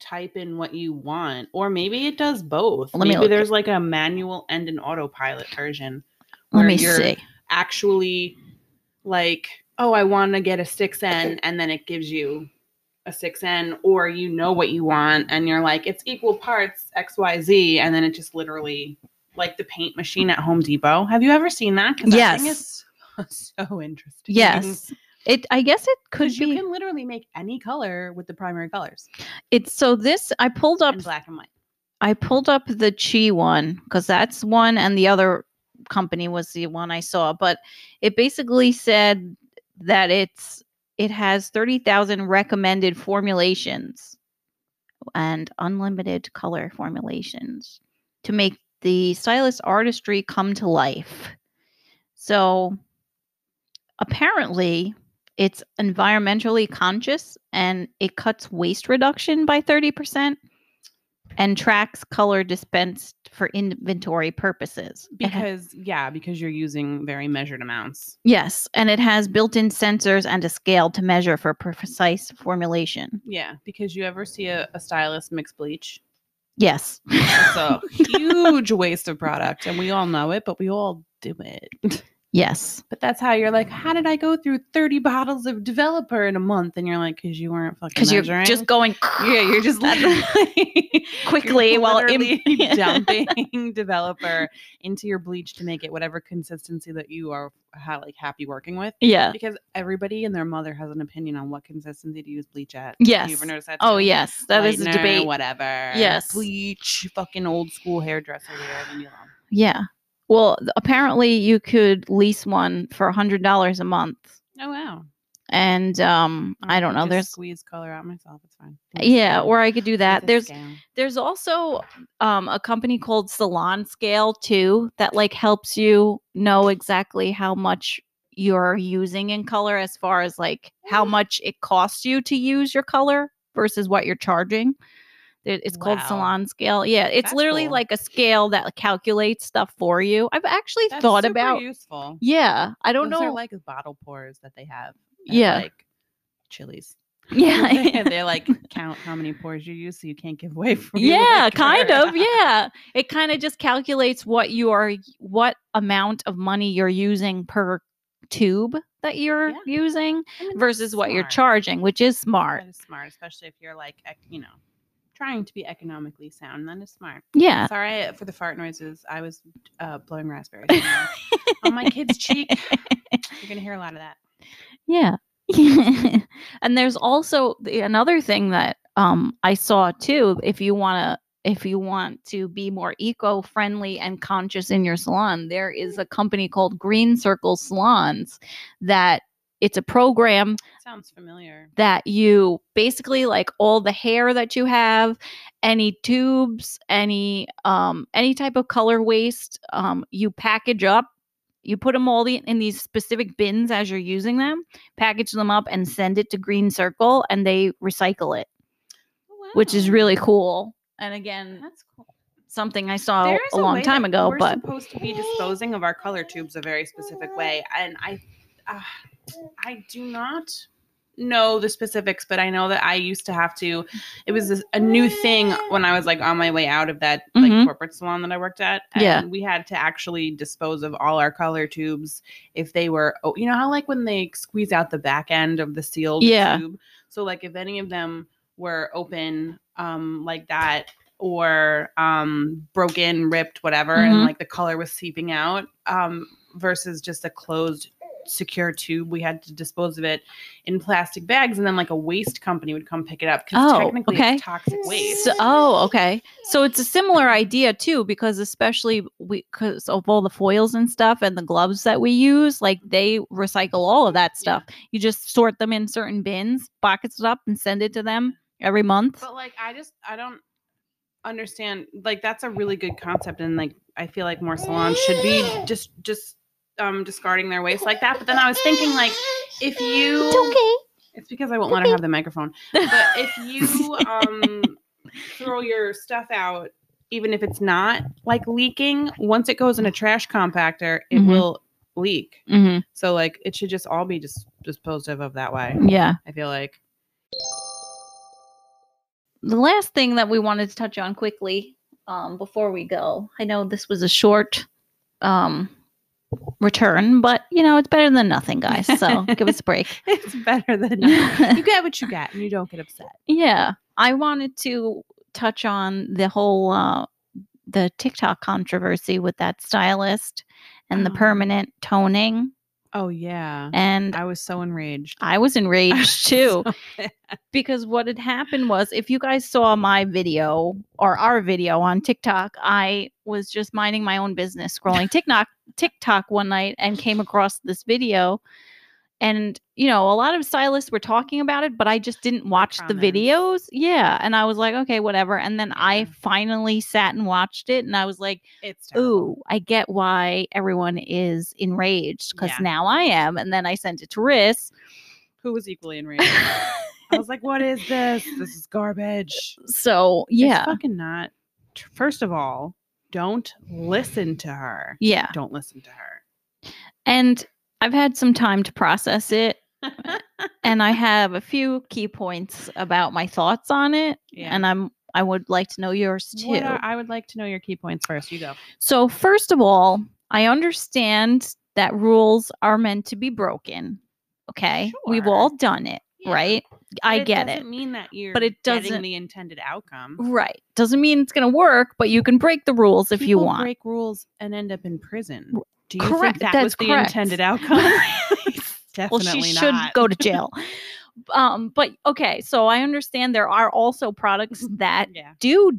S2: type in what you want, or maybe it does both.
S1: Let me
S2: maybe
S1: look.
S2: there's like a manual and an autopilot version.
S1: Let
S2: where
S1: me
S2: you're
S1: see.
S2: Actually, like, oh, I want to get a six N, and then it gives you a six N, or you know what you want, and you're like, it's equal parts X Y Z, and then it just literally like the paint machine at Home Depot. Have you ever seen that? 'Cause that thing
S1: Yes.
S2: is so interesting.
S1: Yes. It. I guess it could
S2: Because
S1: be.
S2: you can literally make any color with the primary colors
S1: it's so this. I pulled up
S2: in black and white.
S1: I pulled up the Chi one because that's one, and the other company was the one I saw. But it basically said that it's it has thirty thousand recommended formulations and unlimited color formulations to make the stylist artistry come to life. So apparently. It's environmentally conscious and it cuts waste reduction by thirty percent and tracks color dispensed for inventory purposes. It ha-
S2: because yeah because you're using very measured amounts
S1: yes, and it has built-in sensors and a scale to measure for precise formulation.
S2: yeah because you ever see a, a stylist mix bleach
S1: Yes.
S2: it's a huge waste of product and we all know it but we all do it
S1: yes.
S2: but that's how you're like how did i go through 30 bottles of developer in a month and you're like because you weren't fucking
S1: Because you're
S2: measuring.
S1: just going
S2: yeah you're just
S1: That's-
S2: literally
S1: quickly
S2: you're
S1: while im-
S2: literally dumping developer into your bleach to make it whatever consistency that you are ha- like happy working with
S1: Yeah.
S2: because everybody and their mother has an opinion on what consistency to use bleach at.
S1: Yes.
S2: You ever notice that?
S1: Oh
S2: too?
S1: yes, that is a
S2: Whitener,
S1: debate.
S2: Whatever.
S1: Yes.
S2: Bleach, fucking old school hairdresser. wear, leave me alone.
S1: Yeah. Well, th- apparently you could lease one for a hundred dollars a month,
S2: Oh wow.
S1: and um, I don't know.
S2: Oh, Just
S1: There's
S2: squeeze color out myself. It's fine.
S1: Uh, yeah, or I could do that. There's
S2: scale.
S1: There's also um, a company called Salon Scale too that like helps you know exactly how much you're using in color as far as like how
S2: Mm.
S1: much it costs you to use your color versus what you're charging. It- It's called
S2: Wow.
S1: Salon Scale. Yeah, it's
S2: That's
S1: literally
S2: cool.
S1: like a scale that calculates stuff for you. I've actually
S2: That's
S1: thought
S2: super
S1: about.
S2: useful.
S1: Yeah, I don't
S2: Those
S1: know.
S2: Are like bottle pours that they have. at,
S1: Yeah.
S2: Like chilies.
S1: yeah.
S2: they like count how many pours you use so you can't give away from your
S1: yeah
S2: liquor.
S1: kind of yeah it kind of just calculates what you are what amount of money you're using per tube that you're
S2: Yeah.
S1: using
S2: I mean, that's
S1: versus what you're
S2: smart.
S1: charging which is smart
S2: That is smart, especially if you're like, ec- you know, trying to be economically sound. That is smart.
S1: yeah
S2: Sorry for the fart noises. I was uh, blowing raspberries in my- on my kid's cheek. You're gonna hear a lot of that.
S1: yeah and there's also the, another thing that um i saw too if you want to if you want to be more eco-friendly and conscious in your salon there
S2: Mm.
S1: is a company called green circle salons that it's a program
S2: Sounds familiar.
S1: that you basically like all the hair that you have any tubes any um any type of color waste um you package up you put them all the, in these specific bins as you're using them package them up and send it to green circle and they recycle it which is
S2: Wow.
S1: really cool and again
S2: that's cool.
S1: something I saw
S2: There is
S1: a long
S2: way
S1: time
S2: that
S1: ago,
S2: we're
S1: but
S2: supposed to be disposing of our color tubes a very specific way, and I, uh, I do not know the specifics, but I know that I used to have to. It was this, a new thing when I was like on my way out of that like
S1: Mhm.
S2: corporate salon that I worked at, and
S1: Yeah.
S2: we had to actually dispose of all our color tubes if they were. Oh, you know how like when they squeeze out the back end of the sealed
S1: Yeah.
S2: tube. So like if any of them were open, um, like that or um broken, ripped, whatever, and
S1: Mhm.
S2: like the color was seeping out, um, versus just a closed secure tube. We had to dispose of it in plastic bags and then like a waste company would come pick it up because
S1: Oh,
S2: technically
S1: okay.
S2: it's toxic waste.
S1: So, oh, okay. So it's a similar idea too, because especially we because of all the foils and stuff and the gloves that we use, like they recycle all of that stuff. You just sort them in certain bins, box it up, and send it to them every month.
S2: But like I just I don't understand like that's a really good concept and like I feel like more salons should be just just um discarding their waste like that. But then I was thinking like if you It's because I won't let her have the microphone. But if you um, throw your stuff out, even if it's not like leaking, once it goes in a trash compactor, it
S1: Mhm.
S2: will leak.
S1: hmm
S2: So like it should just all be dis- disposed of, of that way.
S1: Yeah.
S2: I feel like
S1: The last thing that we wanted to touch on quickly um, before we go, I know this was a short um, return, but you know it's better than nothing, guys. So give us a break.
S2: it's better than you get what you get, and you don't get upset.
S1: Yeah, I wanted to touch on the whole uh, the TikTok controversy with that stylist and the
S2: Oh.
S1: permanent toning,
S2: Oh yeah,
S1: and
S2: I was so enraged.
S1: I was enraged too
S2: So-
S1: because what had happened was if you guys saw my video or our video on TikTok, I was just minding my own business scrolling TikTok TikTok one night and came across this video and you know, a lot of stylists were talking about it, but I just didn't watch the
S2: comments.
S1: videos. Yeah, and I was like, okay, whatever. And then
S2: Yeah.
S1: I finally sat and watched it and I was like,
S2: it's terrible.
S1: ooh, I get why everyone is enraged because
S2: Yeah.
S1: now I am. And then I sent it to Riss.
S2: Who was equally enraged? I was like, what is this? This is garbage.
S1: so,
S2: Yeah.
S1: yeah.
S2: It's fucking not. tr- First of all, don't listen to her.
S1: Yeah.
S2: Don't listen to her.
S1: And I've had some time to process it. and I have a few key points about my thoughts on it.
S2: Yeah.
S1: And I'm I would like to know yours too.
S2: What are- I would like to know your key points first. You go.
S1: so first of all, I understand that rules are meant to be broken. Okay. We've
S2: Sure.
S1: all done it,
S2: Yeah.
S1: right? I
S2: But it
S1: get it.
S2: doesn't Mean that you're.
S1: But it
S2: getting
S1: doesn't-
S2: the intended outcome.
S1: Right. Doesn't mean it's going to work, but you can break the rules if you
S2: People
S1: want.
S2: break rules and end up in prison. Do you
S1: correct,
S2: think that
S1: that's
S2: was the
S1: correct.
S2: intended outcome?
S1: well,
S2: Definitely
S1: she should
S2: not.
S1: go to jail. um, but okay, so I understand there are also products that
S2: Yeah.
S1: do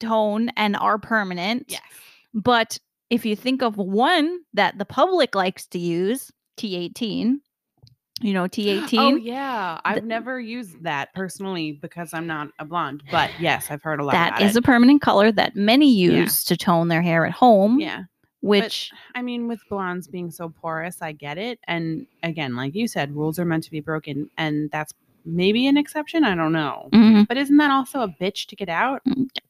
S1: tone and are permanent.
S2: Yes.
S1: But if you think of one that the public likes to use, T18, you know, T18.
S2: Oh yeah, I've
S1: Th-
S2: never used that personally because I'm not a blonde. But yes, I've heard a lot.
S1: That
S2: about
S1: is
S2: it.
S1: a permanent color that many
S2: Yeah.
S1: use to tone their hair at home,
S2: yeah.
S1: which
S2: I mean, with blondes being so porous, I get it. And again, like you said, rules are meant to be broken, and that's maybe an exception. I don't know.
S1: Mhm.
S2: But isn't that also a bitch to get out?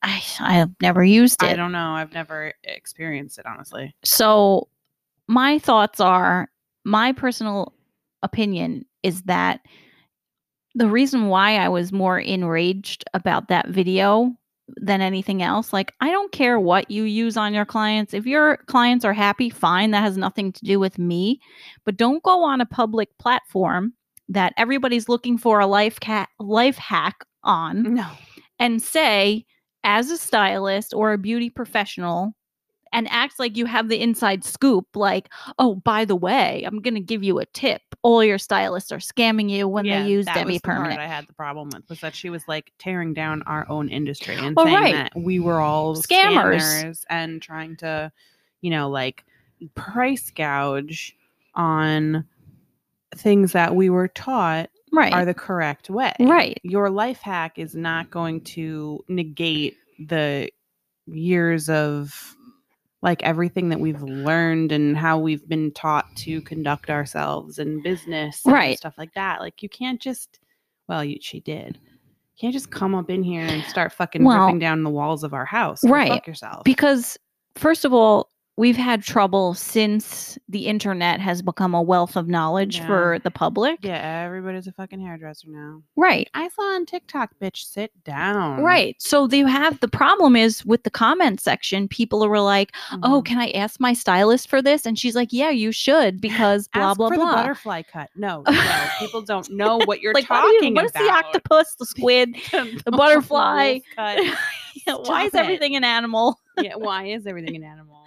S1: I, I've never used
S2: I
S1: it.
S2: don't know. I've never experienced it, honestly.
S1: So, my thoughts are my personal opinion is that the reason why I was more enraged about that video than anything else, like, I don't care what you use on your clients. If your clients are happy, fine. That has nothing to do with me. But don't go on a public platform that everybody's looking for a life, ca- life hack on
S2: No.
S1: and say, as a stylist or a beauty professional, and act like you have the inside scoop, like, oh, by the way, I'm going to give you a tip. All your stylists are scamming you when
S2: Yeah,
S1: they use
S2: that was
S1: Demi
S2: the part
S1: Permanent.
S2: I had the problem with was that she was like tearing down our own industry and
S1: Oh,
S2: saying
S1: right.
S2: that we were all
S1: Scammers.
S2: scammers and trying to, you know, like price gouge on things that we were taught
S1: Right.
S2: are the correct way.
S1: right.
S2: your life hack is not going to negate the years of like everything that we've learned and how we've been taught to conduct ourselves in business and
S1: Right.
S2: stuff like that like you can't just well you, she did can't just come up in here and start fucking
S1: Well,
S2: ripping down the walls of our house. Go
S1: right,
S2: Fuck yourself.
S1: because first of all we've had trouble since the internet has become a wealth of knowledge
S2: Yeah.
S1: for the public
S2: yeah, everybody's a fucking hairdresser now.
S1: right
S2: I saw on TikTok, bitch, sit down.
S1: right so they have the problem is with the comment section people are like oh
S2: Mhm.
S1: can i ask my stylist for this and she's like yeah you should because blah
S2: Ask
S1: blah
S2: for The
S1: blah
S2: butterfly cut. No, no, people don't know what you're
S1: like what, do you-
S2: talking
S1: what is
S2: about.
S1: the octopus the squid
S2: octopus?
S1: the butterfly?
S2: cut.
S1: why is
S2: Stop it.
S1: everything an animal
S2: yeah, why is everything an animal?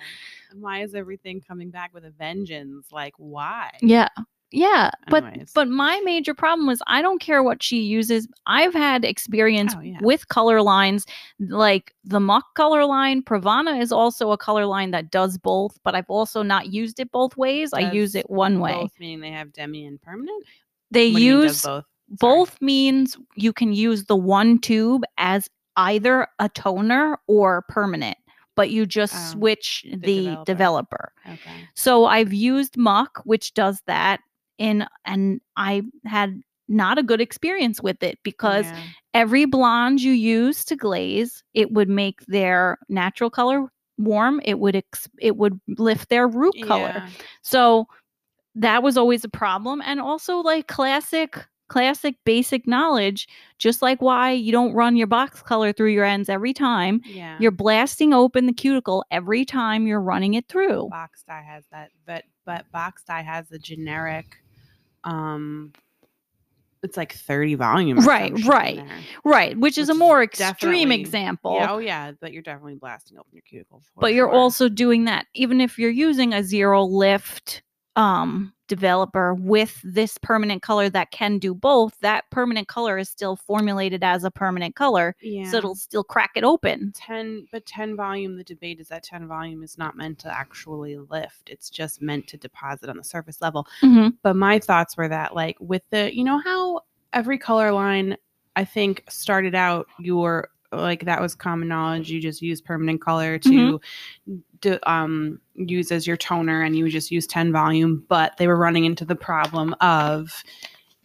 S2: And why is everything coming back with a vengeance? Like, why?
S1: Yeah. Yeah. But
S2: Anyways.
S1: but my major problem was I don't care what she uses. I've had experience
S2: Oh, yeah.
S1: with color lines like the muck color line. Pravana is also a color line that does both, but I've also not used it both ways. I use
S2: Does
S1: it one way.
S2: Both meaning they have demi and permanent.
S1: They
S2: What do you mean does
S1: use
S2: both. Sorry.
S1: both means you can use the one tube as either a toner or permanent, but you just
S2: Oh,
S1: switch the
S2: developer.
S1: developer.
S2: Okay.
S1: So I've used Muck, which does that, and and I had not a good experience with it because
S2: Yeah.
S1: every blonde you use to glaze, it would make their natural color warm. It would ex- it would lift their root color.
S2: Yeah.
S1: So that was always a problem, and also like classic classic basic knowledge just like why you don't run your box color through your ends every time
S2: Yeah.
S1: you're blasting open the cuticle every time you're running it through
S2: box dye has that, but but box dye has the generic. Um, it's like thirty volume. or some
S1: Right,
S2: shit in
S1: right.
S2: there.
S1: Right, which is a
S2: Which is
S1: more extreme
S2: definitely-
S1: example.
S2: Yeah, oh yeah, but you're definitely blasting open your cuticle. for
S1: but you're
S2: sure.
S1: also doing that even if you're using a zero lift um developer with this permanent color that can do both, that permanent color is still formulated as a permanent color.
S2: yeah.
S1: So it'll still crack it open.
S2: 10 but 10 volume the debate is that 10 volume is not meant to actually lift it's just meant to deposit on the surface level but my thoughts were that like with the you know how every color line i think started out your like that was common knowledge you just use permanent color to d- um use as your toner and you would just use 10 volume but they were running into the problem of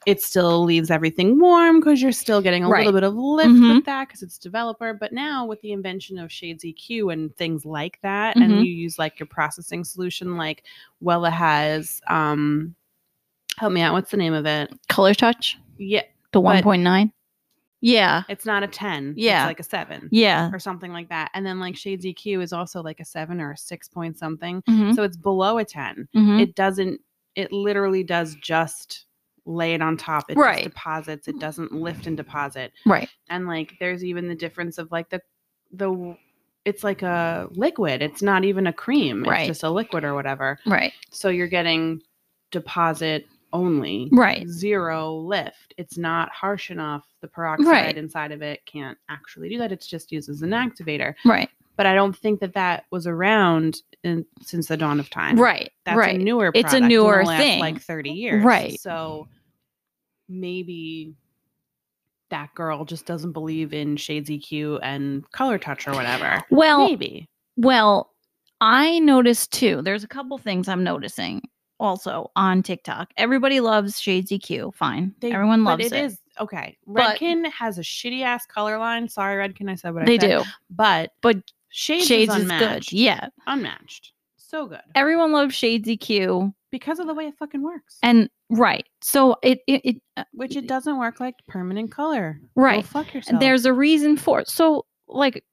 S2: it still leaves everything warm because you're still getting a little
S1: Right.
S2: bit of lift
S1: Mhm.
S2: with that because it's developer but now with the invention of shades eq and things like that
S1: Mhm.
S2: and you use like your processing solution like wella has um help me out what's the name of it
S1: Color touch,
S2: yeah
S1: the
S2: But-
S1: 1.9. Yeah.
S2: it's not a 10
S1: Yeah.
S2: it's like a 7
S1: Yeah.
S2: or something like that and then like shades eq is also like a 7 or a 6 point something
S1: Mhm,
S2: so it's below a 10
S1: mhm.
S2: it doesn't it literally does just lay it on top it
S1: Right.
S2: just deposits it doesn't lift and deposit
S1: right.
S2: and like there's even the difference of like the the it's like a liquid it's not even a cream
S1: Right.
S2: it's just a liquid or whatever
S1: Right.
S2: so you're getting deposit only
S1: Right.
S2: zero lift it's not harsh enough the peroxide
S1: Right.
S2: inside of it can't actually do that it's just used as an activator
S1: Right.
S2: but i don't think that that was around in, since the dawn of time
S1: Right.
S2: that's
S1: right.
S2: a newer
S1: It's a
S2: product in the
S1: newer
S2: last,
S1: thing.
S2: like 30 years
S1: Right.
S2: so maybe that girl just doesn't believe in shades eq and color touch or whatever
S1: well,
S2: maybe
S1: Well, I noticed too. There's a couple things I'm noticing also on TikTok. Everybody loves Shades EQ. Fine.
S2: They-
S1: Everyone
S2: but
S1: loves it.
S2: it is okay
S1: But-
S2: redkin has a shitty ass color line sorry redkin i said what
S1: they
S2: i said
S1: do.
S2: but
S1: But
S2: shades,
S1: Shades
S2: is
S1: is
S2: unmatched
S1: good. Yeah.
S2: unmatched so good
S1: Everyone loves Shades EQ.
S2: because of the way it fucking works
S1: And right. So it, it, it uh,
S2: which it doesn't work like permanent color Go
S1: Right.
S2: fuck yourself
S1: there's a reason for it. So, like,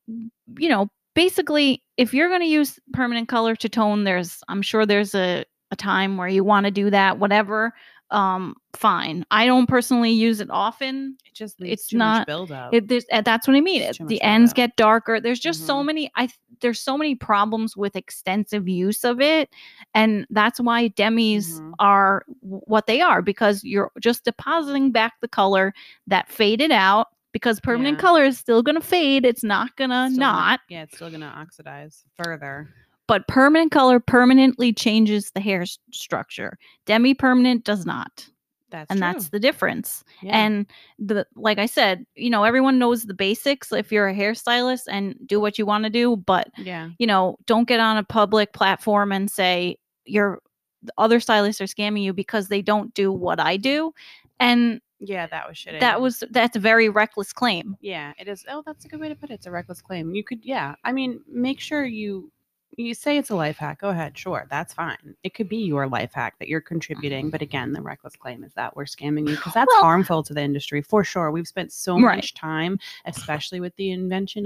S1: you know, basically, if you're going to use permanent color to tone, there's, I'm sure there's a, a time where you want to do that, whatever. Um, fine. I don't personally use it often.
S2: it just leads
S1: it's
S2: too
S1: not-
S2: much buildup
S1: It, there's, uh, that's what I mean.
S2: Oh. It's
S1: It-
S2: too
S1: the
S2: much
S1: ends
S2: buildup.
S1: get darker. There's just so
S2: Mhm.
S1: many. I th- there's so many problems with extensive use of it, and that's why demis
S2: Mhm.
S1: are w- what they are because you're just depositing back the color that faded out because permanent
S2: Yeah.
S1: color is still gonna fade. It's not gonna
S2: Still gonna-
S1: Uh, not.
S2: yeah, it's still gonna oxidize further.
S1: But permanent color permanently changes the hair s- structure. Demi permanent does not,
S2: That's
S1: and
S2: true.
S1: that's the difference.
S2: Yeah.
S1: And the like I said, you know, everyone knows the basics if you're a hairstylist and do what you want to do, but
S2: yeah,
S1: you know, don't get on a public platform and say your the other stylists are scamming you because they don't do what I do. And
S2: Yeah, that was shitty.
S1: That was that's a very reckless claim.
S2: Yeah, it is. Oh, that's a good way to put it. It's a reckless claim. You could, yeah. I mean, make sure you you say it's a life hack. Go ahead, sure, that's fine. It could be your life hack that you're contributing, but again, the reckless claim is that we're scamming you because that's
S1: Well-
S2: harmful to the industry for sure. We've spent so
S1: Right.
S2: much time, especially with the invention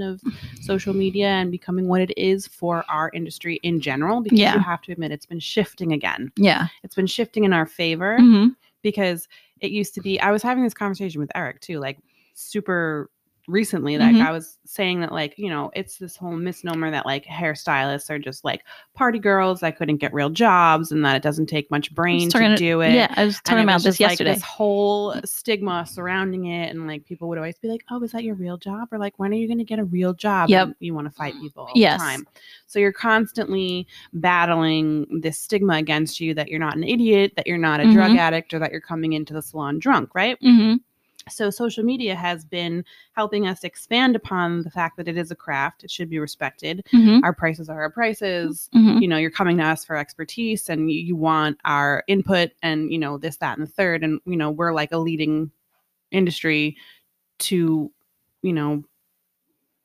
S2: of social media and becoming what it is for our industry in general. Because
S1: Yeah.
S2: you have to admit it's been shifting again.
S1: Yeah.
S2: It's been shifting in our favor
S1: hmm
S2: because it used to be I was having this conversation with Eric too, like super recently like
S1: Mhm.
S2: I was saying that like, you know, it's this whole misnomer that like hairstylists are just like party girls that couldn't get real jobs and that it doesn't take much brain
S1: talking
S2: to
S1: to-
S2: do it.
S1: Yeah, I was
S2: And
S1: talking
S2: it
S1: about
S2: was
S1: this
S2: just, like,
S1: yesterday.
S2: this whole uh, stigma surrounding it, and like people would always be like, "Oh, is that your real job?" Or like, "When are you going to get a real job?"
S1: Yep.
S2: And You want to fight people all the
S1: Yes.
S2: time, so you're constantly battling this stigma against you that you're not an idiot, that you're not a drug
S1: Mhm.
S2: addict, or that you're coming into the salon drunk, right?
S1: hmm
S2: So social media has been helping us expand upon the fact that it is a craft; it should be respected.
S1: hmm
S2: Our prices are our prices
S1: hmm
S2: you know you're coming to us for expertise and you, you want our input and you know this that and the third and you know we're like a leading industry to you know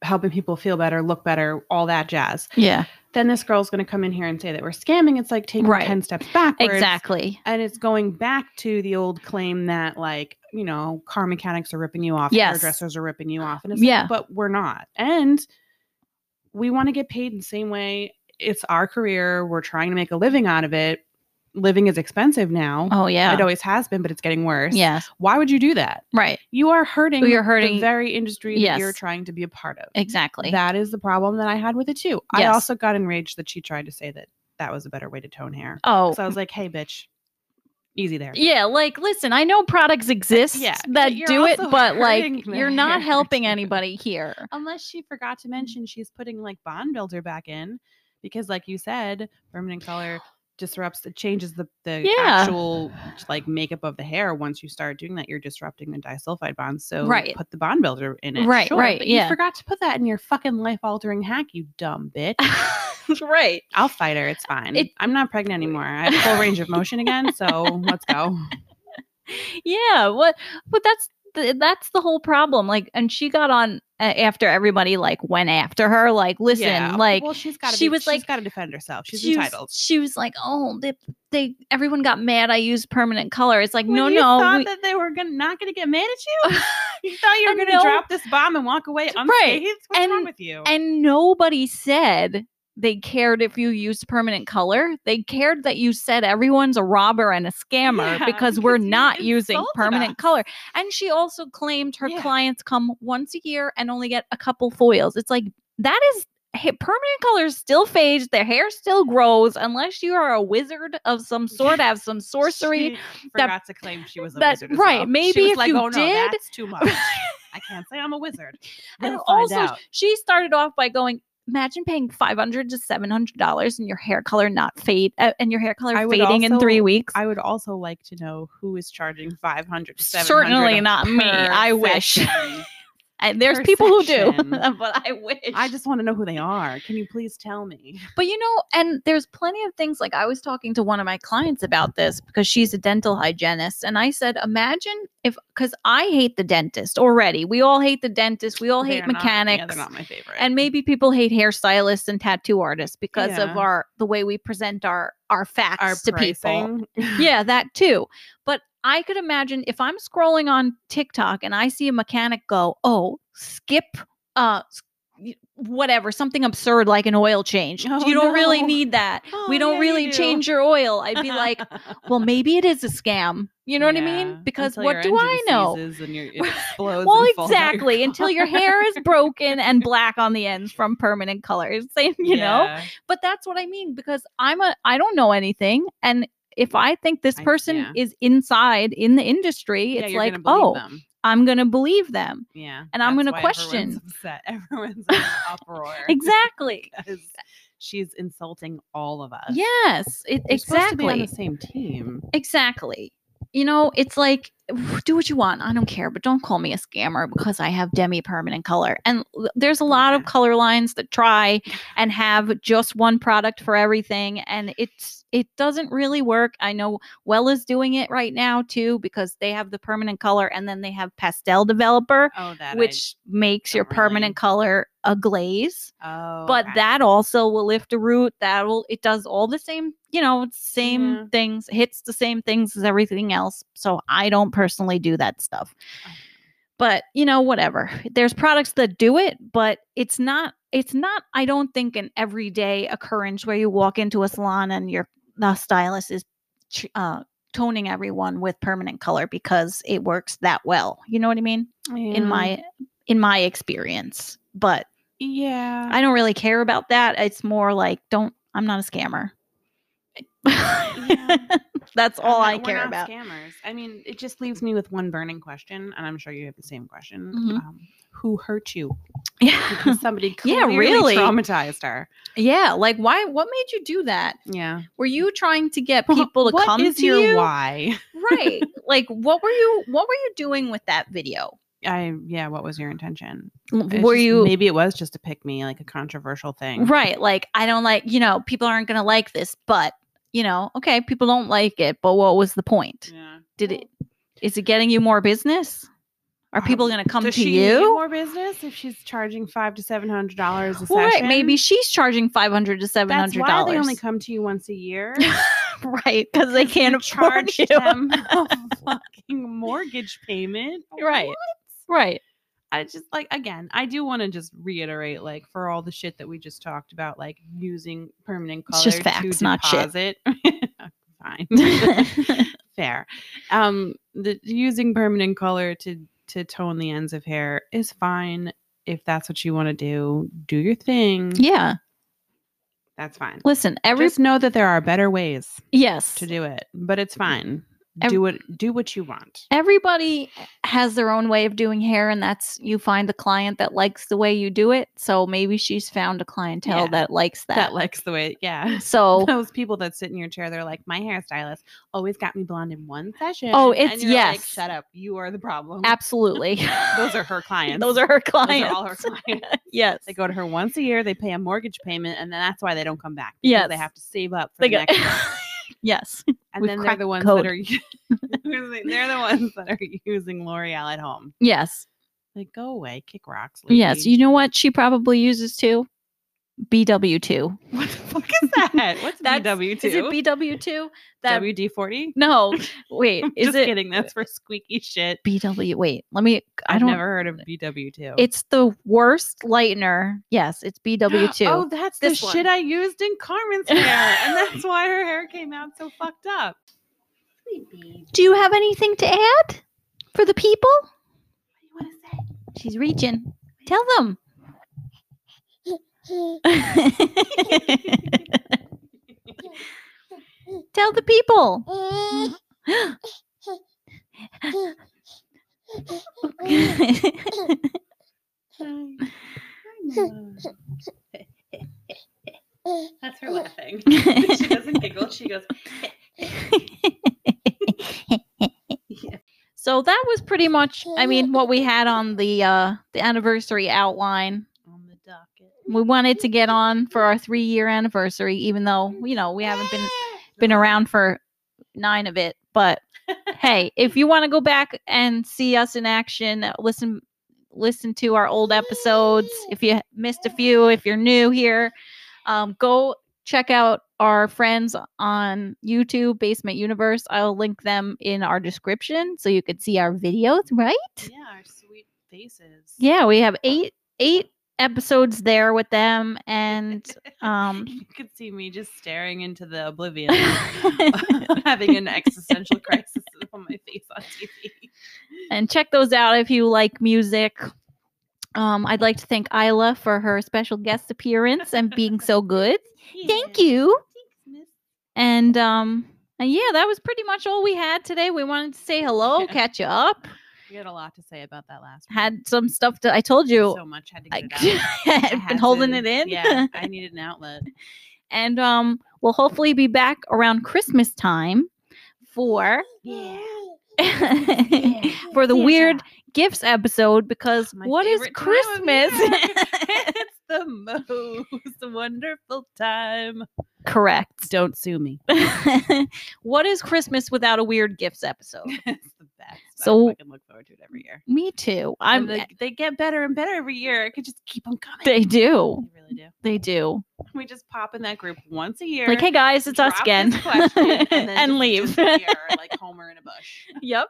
S2: helping people feel better look better all that jazz
S1: Yeah.
S2: then this girl's going to come in here and say that we're scamming it's like taking
S1: Right.
S2: 10 steps backwards
S1: Exactly.
S2: and it's going back to the old claim that like you know car mechanics are ripping you off
S1: Yes.
S2: hairdressers are ripping you off and it's like,
S1: Yeah.
S2: but we're not and we want to get paid in the same way it's our career we're trying to make a living out of it living is expensive now
S1: Oh
S2: it
S1: yeah.
S2: always has been but it's getting worse
S1: Yes.
S2: why would you do that
S1: Right.
S2: you are hurting
S1: You're hurting-
S2: the very industry that you're
S1: Yes.
S2: trying to be a part of
S1: Exactly.
S2: that is the problem that i had with it too i
S1: Yes.
S2: also got enraged that she tried to say that that was a better way to tone hair
S1: oh.
S2: so I was like, hey, bitch, easy there.
S1: yeah, like listen, I know products exist
S2: Yeah, but
S1: that
S2: you're
S1: do it,
S2: also
S1: but
S2: hurting
S1: like
S2: the
S1: you're not
S2: hair,
S1: helping
S2: too.
S1: anybody here.
S2: Unless she forgot
S1: Mm.
S2: to mention she's putting like bond builder back in because, like you said, permanent color disrupts it changes the, the
S1: Yeah.
S2: actual like makeup of the hair once you start doing that you're disrupting the disulfide bonds so
S1: Right.
S2: put the bond builder in it
S1: Right, right,
S2: but you
S1: yeah.
S2: forgot to put that in your fucking life altering hack you dumb bitch
S1: right.
S2: i'll fight her it's fine
S1: It-
S2: i'm not pregnant anymore i have full range of motion again so let's go
S1: Yeah, what but that's the, that's the whole problem. Like and she got on uh, after everybody like went after her like listen,
S2: Yeah.
S1: like
S2: well she's got
S1: she was, like-
S2: got to defend herself she's
S1: she was-
S2: entitled
S1: she was like, "Oh, they, they everyone got mad I used permanent color." It's like,
S2: When
S1: "No,
S2: you
S1: no."
S2: thought
S1: we-
S2: that they were gonna, not going to get mad at you. You thought you were
S1: And
S2: going to
S1: no-
S2: drop this bomb and walk away unscathed. What's wrong
S1: and-
S2: with you?
S1: and nobody said they cared if you used permanent color. They cared that you said everyone's a robber and a scammer
S2: Yeah,
S1: because we're
S2: because you
S1: not using
S2: insulted
S1: permanent
S2: us.
S1: color. And she also claimed her
S2: Yeah.
S1: clients come once a year and only get a couple foils. It's like that is hey, permanent colors still fades, their hair still grows unless you are a wizard of some sort, have some sorcery.
S2: She
S1: that-
S2: forgot to claim she was a
S1: that-
S2: wizard. as
S1: right,
S2: well. She
S1: maybe
S2: was
S1: if
S2: like,
S1: you
S2: oh, No,
S1: did-
S2: that's too much. I can't say I'm a wizard. We'll
S1: And
S2: find
S1: also,
S2: out.
S1: she started off by going, "Imagine paying five hundred to seven hundred dollars and your hair color not fade, uh, and your hair color
S2: I would
S1: fading in
S2: also-
S1: three weeks."
S2: I would also like to know who is charging 500
S1: Certainly not me. I wish. And there's people who do,
S2: Perception.
S1: but I wish.
S2: I just want to know who they are. Can you please tell me?
S1: But you know, and there's plenty of things like I was talking to one of my clients about this because she's a dental hygienist. And I said, imagine if, because I hate the dentist already. We all hate the dentist. We all
S2: They
S1: hate
S2: are not-
S1: mechanics.
S2: yeah, they're not my favorite.
S1: and maybe people hate hairstylists and tattoo artists because
S2: Yeah.
S1: of our the way we present our our facts
S2: our
S1: to people.
S2: pricing.
S1: Yeah, that too. But I could imagine if I'm scrolling on TikTok and I see a mechanic go, "Oh, skip uh s- y- whatever, something absurd like an oil change.
S2: Oh,
S1: you don't really
S2: no.
S1: need that.
S2: Oh,
S1: we don't
S2: yeah, you
S1: really
S2: do."
S1: change your oil." I'd be like, "Well, maybe it is a scam." You know what I mean? Because what do I know? Well, exactly. Until your hair is broken and black on the ends from permanent colors, same, you know. But that's what I mean because I'm a I don't know anything, and if I think this
S2: I-
S1: person
S2: yeah.
S1: is inside in the industry, it's like, oh, I'm gonna believe them.
S2: yeah,
S1: and I'm
S2: that's
S1: gonna
S2: why
S1: question.
S2: Everyone's upset. Everyone's in an uproar.
S1: Exactly.
S2: Because she's insulting all of us.
S1: yes. It,
S2: We're supposed to be on
S1: exactly.
S2: the same team.
S1: Exactly. You know, it's like do what you want. I don't care, but don't call me a scammer because I have demi permanent color. And l- there's a lot of
S2: Yeah.
S1: color lines that try and have just one product for everything and it's it doesn't really work. I know Well is doing it right now too because they have the permanent color and then they have pastel developer,
S2: Oh, that I-
S1: which makes your
S2: don't really-
S1: permanent color a glaze.
S2: oh,
S1: But
S2: okay.
S1: that also will lift the root. That will it does all the same, you know, same
S2: Yeah.
S1: things, hits the same things as everything else. So I don't personally do that stuff. But you know, whatever. There's products that do it, but it's not it's not, I don't think, an everyday occurrence where you walk into a salon and your the stylist is ch- uh, toning everyone with permanent color because it works that well. You know what I mean? In
S2: Yeah.
S1: my in my experience. But
S2: yeah,
S1: I don't really care about that. It's more like don't I'm not a scammer. That's
S2: I'm
S1: all
S2: not-
S1: I
S2: we're
S1: care
S2: not
S1: about.
S2: Scammers. I mean, it just leaves me with one burning question, and I'm sure you have the same question.
S1: Mhm.
S2: Um, who hurt you?
S1: Yeah.
S2: Because somebody
S1: Yeah,
S2: clearly
S1: really.
S2: traumatized her.
S1: yeah, like why what made you do that?
S2: Yeah,
S1: Were you trying to get people to
S2: What
S1: come
S2: is
S1: to
S2: your
S1: you?
S2: why?
S1: right. Like what were you what were you doing with that video?
S2: I yeah. What was your intention? It's
S1: Were
S2: just-
S1: you
S2: Maybe it was just to pick me, like a controversial thing.
S1: Right. Like, I don't like, you know, people aren't going to like this, but, you know, okay, people don't like it, but what was the point?
S2: Yeah.
S1: Did it, is it getting you more business? Are people
S2: Mm-hmm. Um,
S1: going to come to
S2: Does she
S1: you?
S2: need more business if she's charging five to seven hundred dollars a
S1: Well, right.
S2: session?
S1: Maybe she's charging 500 to $700.
S2: that's why they only come to you once a year.
S1: right. Because they can't
S2: you
S1: afford
S2: charged
S1: you.
S2: them a fucking mortgage payment.
S1: Right. Right.
S2: I just like again, I do want to just reiterate, like for all the shit that we just talked about, like using permanent
S1: It's
S2: color
S1: just
S2: to
S1: facts, not shit.
S2: deposit. Fine, fair. Um, the using permanent color to to tone the ends of hair is fine if that's what you want to do. Do your thing.
S1: yeah.
S2: That's fine.
S1: Listen, every,
S2: Just know that there are better ways
S1: yes.
S2: to do it, but it's fine.
S1: Mm-hmm. Ev-
S2: do what do what you want.
S1: Everybody has their own way of doing hair, and that's you find the client that likes the way you do it. So maybe she's found a clientele
S2: Yeah.
S1: that likes
S2: That
S1: that.
S2: likes the way, yeah.
S1: so
S2: those people that sit in your chair, they're like, my hairstylist always got me blonde in one session.
S1: Oh,
S2: And
S1: it's-
S2: you're like,
S1: yes.
S2: Shut up. You are the problem.
S1: absolutely.
S2: Those are her clients.
S1: Those are her
S2: Those
S1: clients.
S2: are all her clients.
S1: yes.
S2: they go to her once a year. They pay a mortgage payment, and then that's why they don't come back.
S1: Yes.
S2: because they have to save up for
S1: They go-
S2: the next. one.
S1: yes.
S2: And
S1: We've
S2: then they're
S1: cracked
S2: the ones
S1: code.
S2: that are. they're the ones that are using L'Oreal at home.
S1: Yes.
S2: Like, go away, kick rocks.
S1: Yes.
S2: lady."
S1: You know what she probably uses too? BW2.
S2: what the fuck is that? What's
S1: That's-
S2: BW two?
S1: Is it BW2? That
S2: WD forty?
S1: No. Wait, is
S2: Just
S1: it
S2: kidding. That's for squeaky shit.
S1: BW? Wait, let me. I
S2: I've
S1: don't.
S2: never heard of BW two.
S1: It's the worst lightener. Yes, it's BW2.
S2: Oh, that's
S1: This
S2: the
S1: one.
S2: shit I used in Carmen's hair, and that's why her hair came out so fucked up.
S1: Do you have anything to add for the people?
S2: What do you want to say?
S1: She's reaching. Tell them. Tell the people.
S2: That's her laughing. she doesn't giggle. She goes.
S1: so that was pretty much I mean what we had on the uh the anniversary outline.
S2: On the docket.
S1: we wanted to get on for our three year anniversary, even though you know we haven't been been around for nine of it. But hey, if you want to go back and see us in action, listen listen to our old episodes. If you missed a few, if you're new here, um, go check out our friends on YouTube, Basement Universe. I'll link them in our description so you could see our videos. Right?
S2: Yeah, our sweet faces.
S1: Yeah, we have eight eight episodes there with them and um
S2: you could see me just staring into the oblivion, having an existential crisis on my face on TV.
S1: and check those out if you like music. Um, I'd like to thank Isla for her special guest appearance and being so good. Thank you.
S2: Thanks, Miss.
S1: And um, and yeah, that was pretty much all we had today. We wanted to say hello,
S2: Yeah.
S1: catch you up.
S2: We had a lot to say about that last. one.
S1: Had some stuff to I told you.
S2: so much had to
S1: I
S2: get it out. I
S1: had
S2: had
S1: been holding
S2: to-
S1: it in.
S2: Yeah, I needed an outlet.
S1: And um, we'll hopefully be back around Christmas time for
S2: Yeah.
S1: for the weird gifts episode because
S2: My
S1: what is
S2: favorite time of
S1: Christmas?
S2: year. it's the most wonderful time.
S1: Correct.
S2: Don't sue me.
S1: what is Christmas without a weird gifts episode?
S2: it's the best.
S1: So-
S2: I fucking look forward to it every year.
S1: Me too.
S2: I'm
S1: I'm.
S2: like, they get better and better every year. It could just keep on coming.
S1: They do.
S2: They really do.
S1: They do.
S2: We just pop in that group once a year.
S1: Like, hey guys, it's us
S2: drop
S1: again,
S2: this question,
S1: and,
S2: then just
S1: leave.
S2: disappear like Homer in a bush.
S1: yep.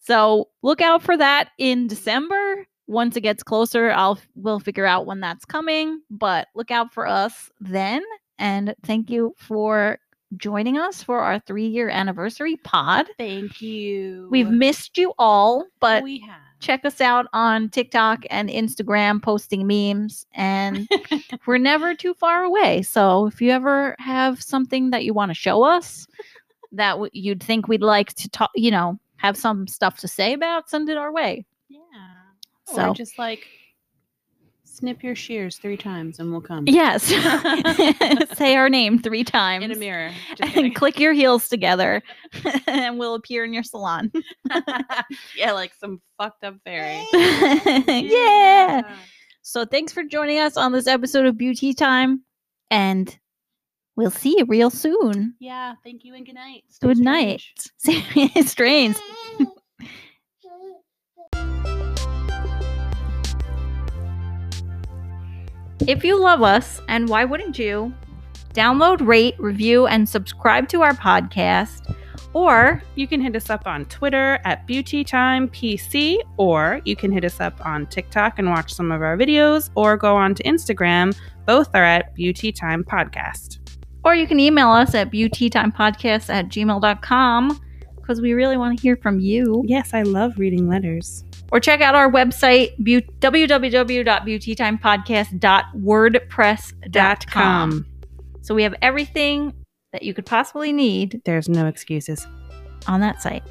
S1: So look out for that in December. Once it gets closer, I'll we'll figure out when that's coming. But look out for us then. And thank you for joining us for our three year anniversary pod.
S2: Thank you.
S1: We've missed you all, but
S2: we have.
S1: check us out on TikTok and Instagram posting memes and we're never too far away. So if you ever have something that you want to show us that w- you'd think we'd like to talk, you know, have some stuff to say about, send it our way.
S2: Yeah.
S1: So-
S2: or just like snip your shears three times and we'll come.
S1: Yes. say our name 3 times
S2: In a mirror. Just kidding.
S1: and click your heels together and we'll appear in your salon.
S2: yeah, like some fucked up fairy.
S1: yeah. So thanks for joining us on this episode of Beauty Time, and we'll see you real soon.
S2: Yeah. Thank you and good night. Stay
S1: Good
S2: strange.
S1: night. Strange. If you love us, and why wouldn't you? Download, rate, review, and subscribe to our podcast. Or
S2: You can hit us up on Twitter at BeautyTimePC, or you can hit us up on TikTok and watch some of our videos, or go on to Instagram. Both are at BeautyTime Podcast.
S1: or you can email us at beautytimepodcast at gmail.com because we really want to hear from you.
S2: Yes, I love reading letters.
S1: or check out our website bu- www.beautytimepodcast.wordpress.com.
S2: Com.
S1: So we have everything that you could possibly need
S2: There's no excuses.
S1: on that site.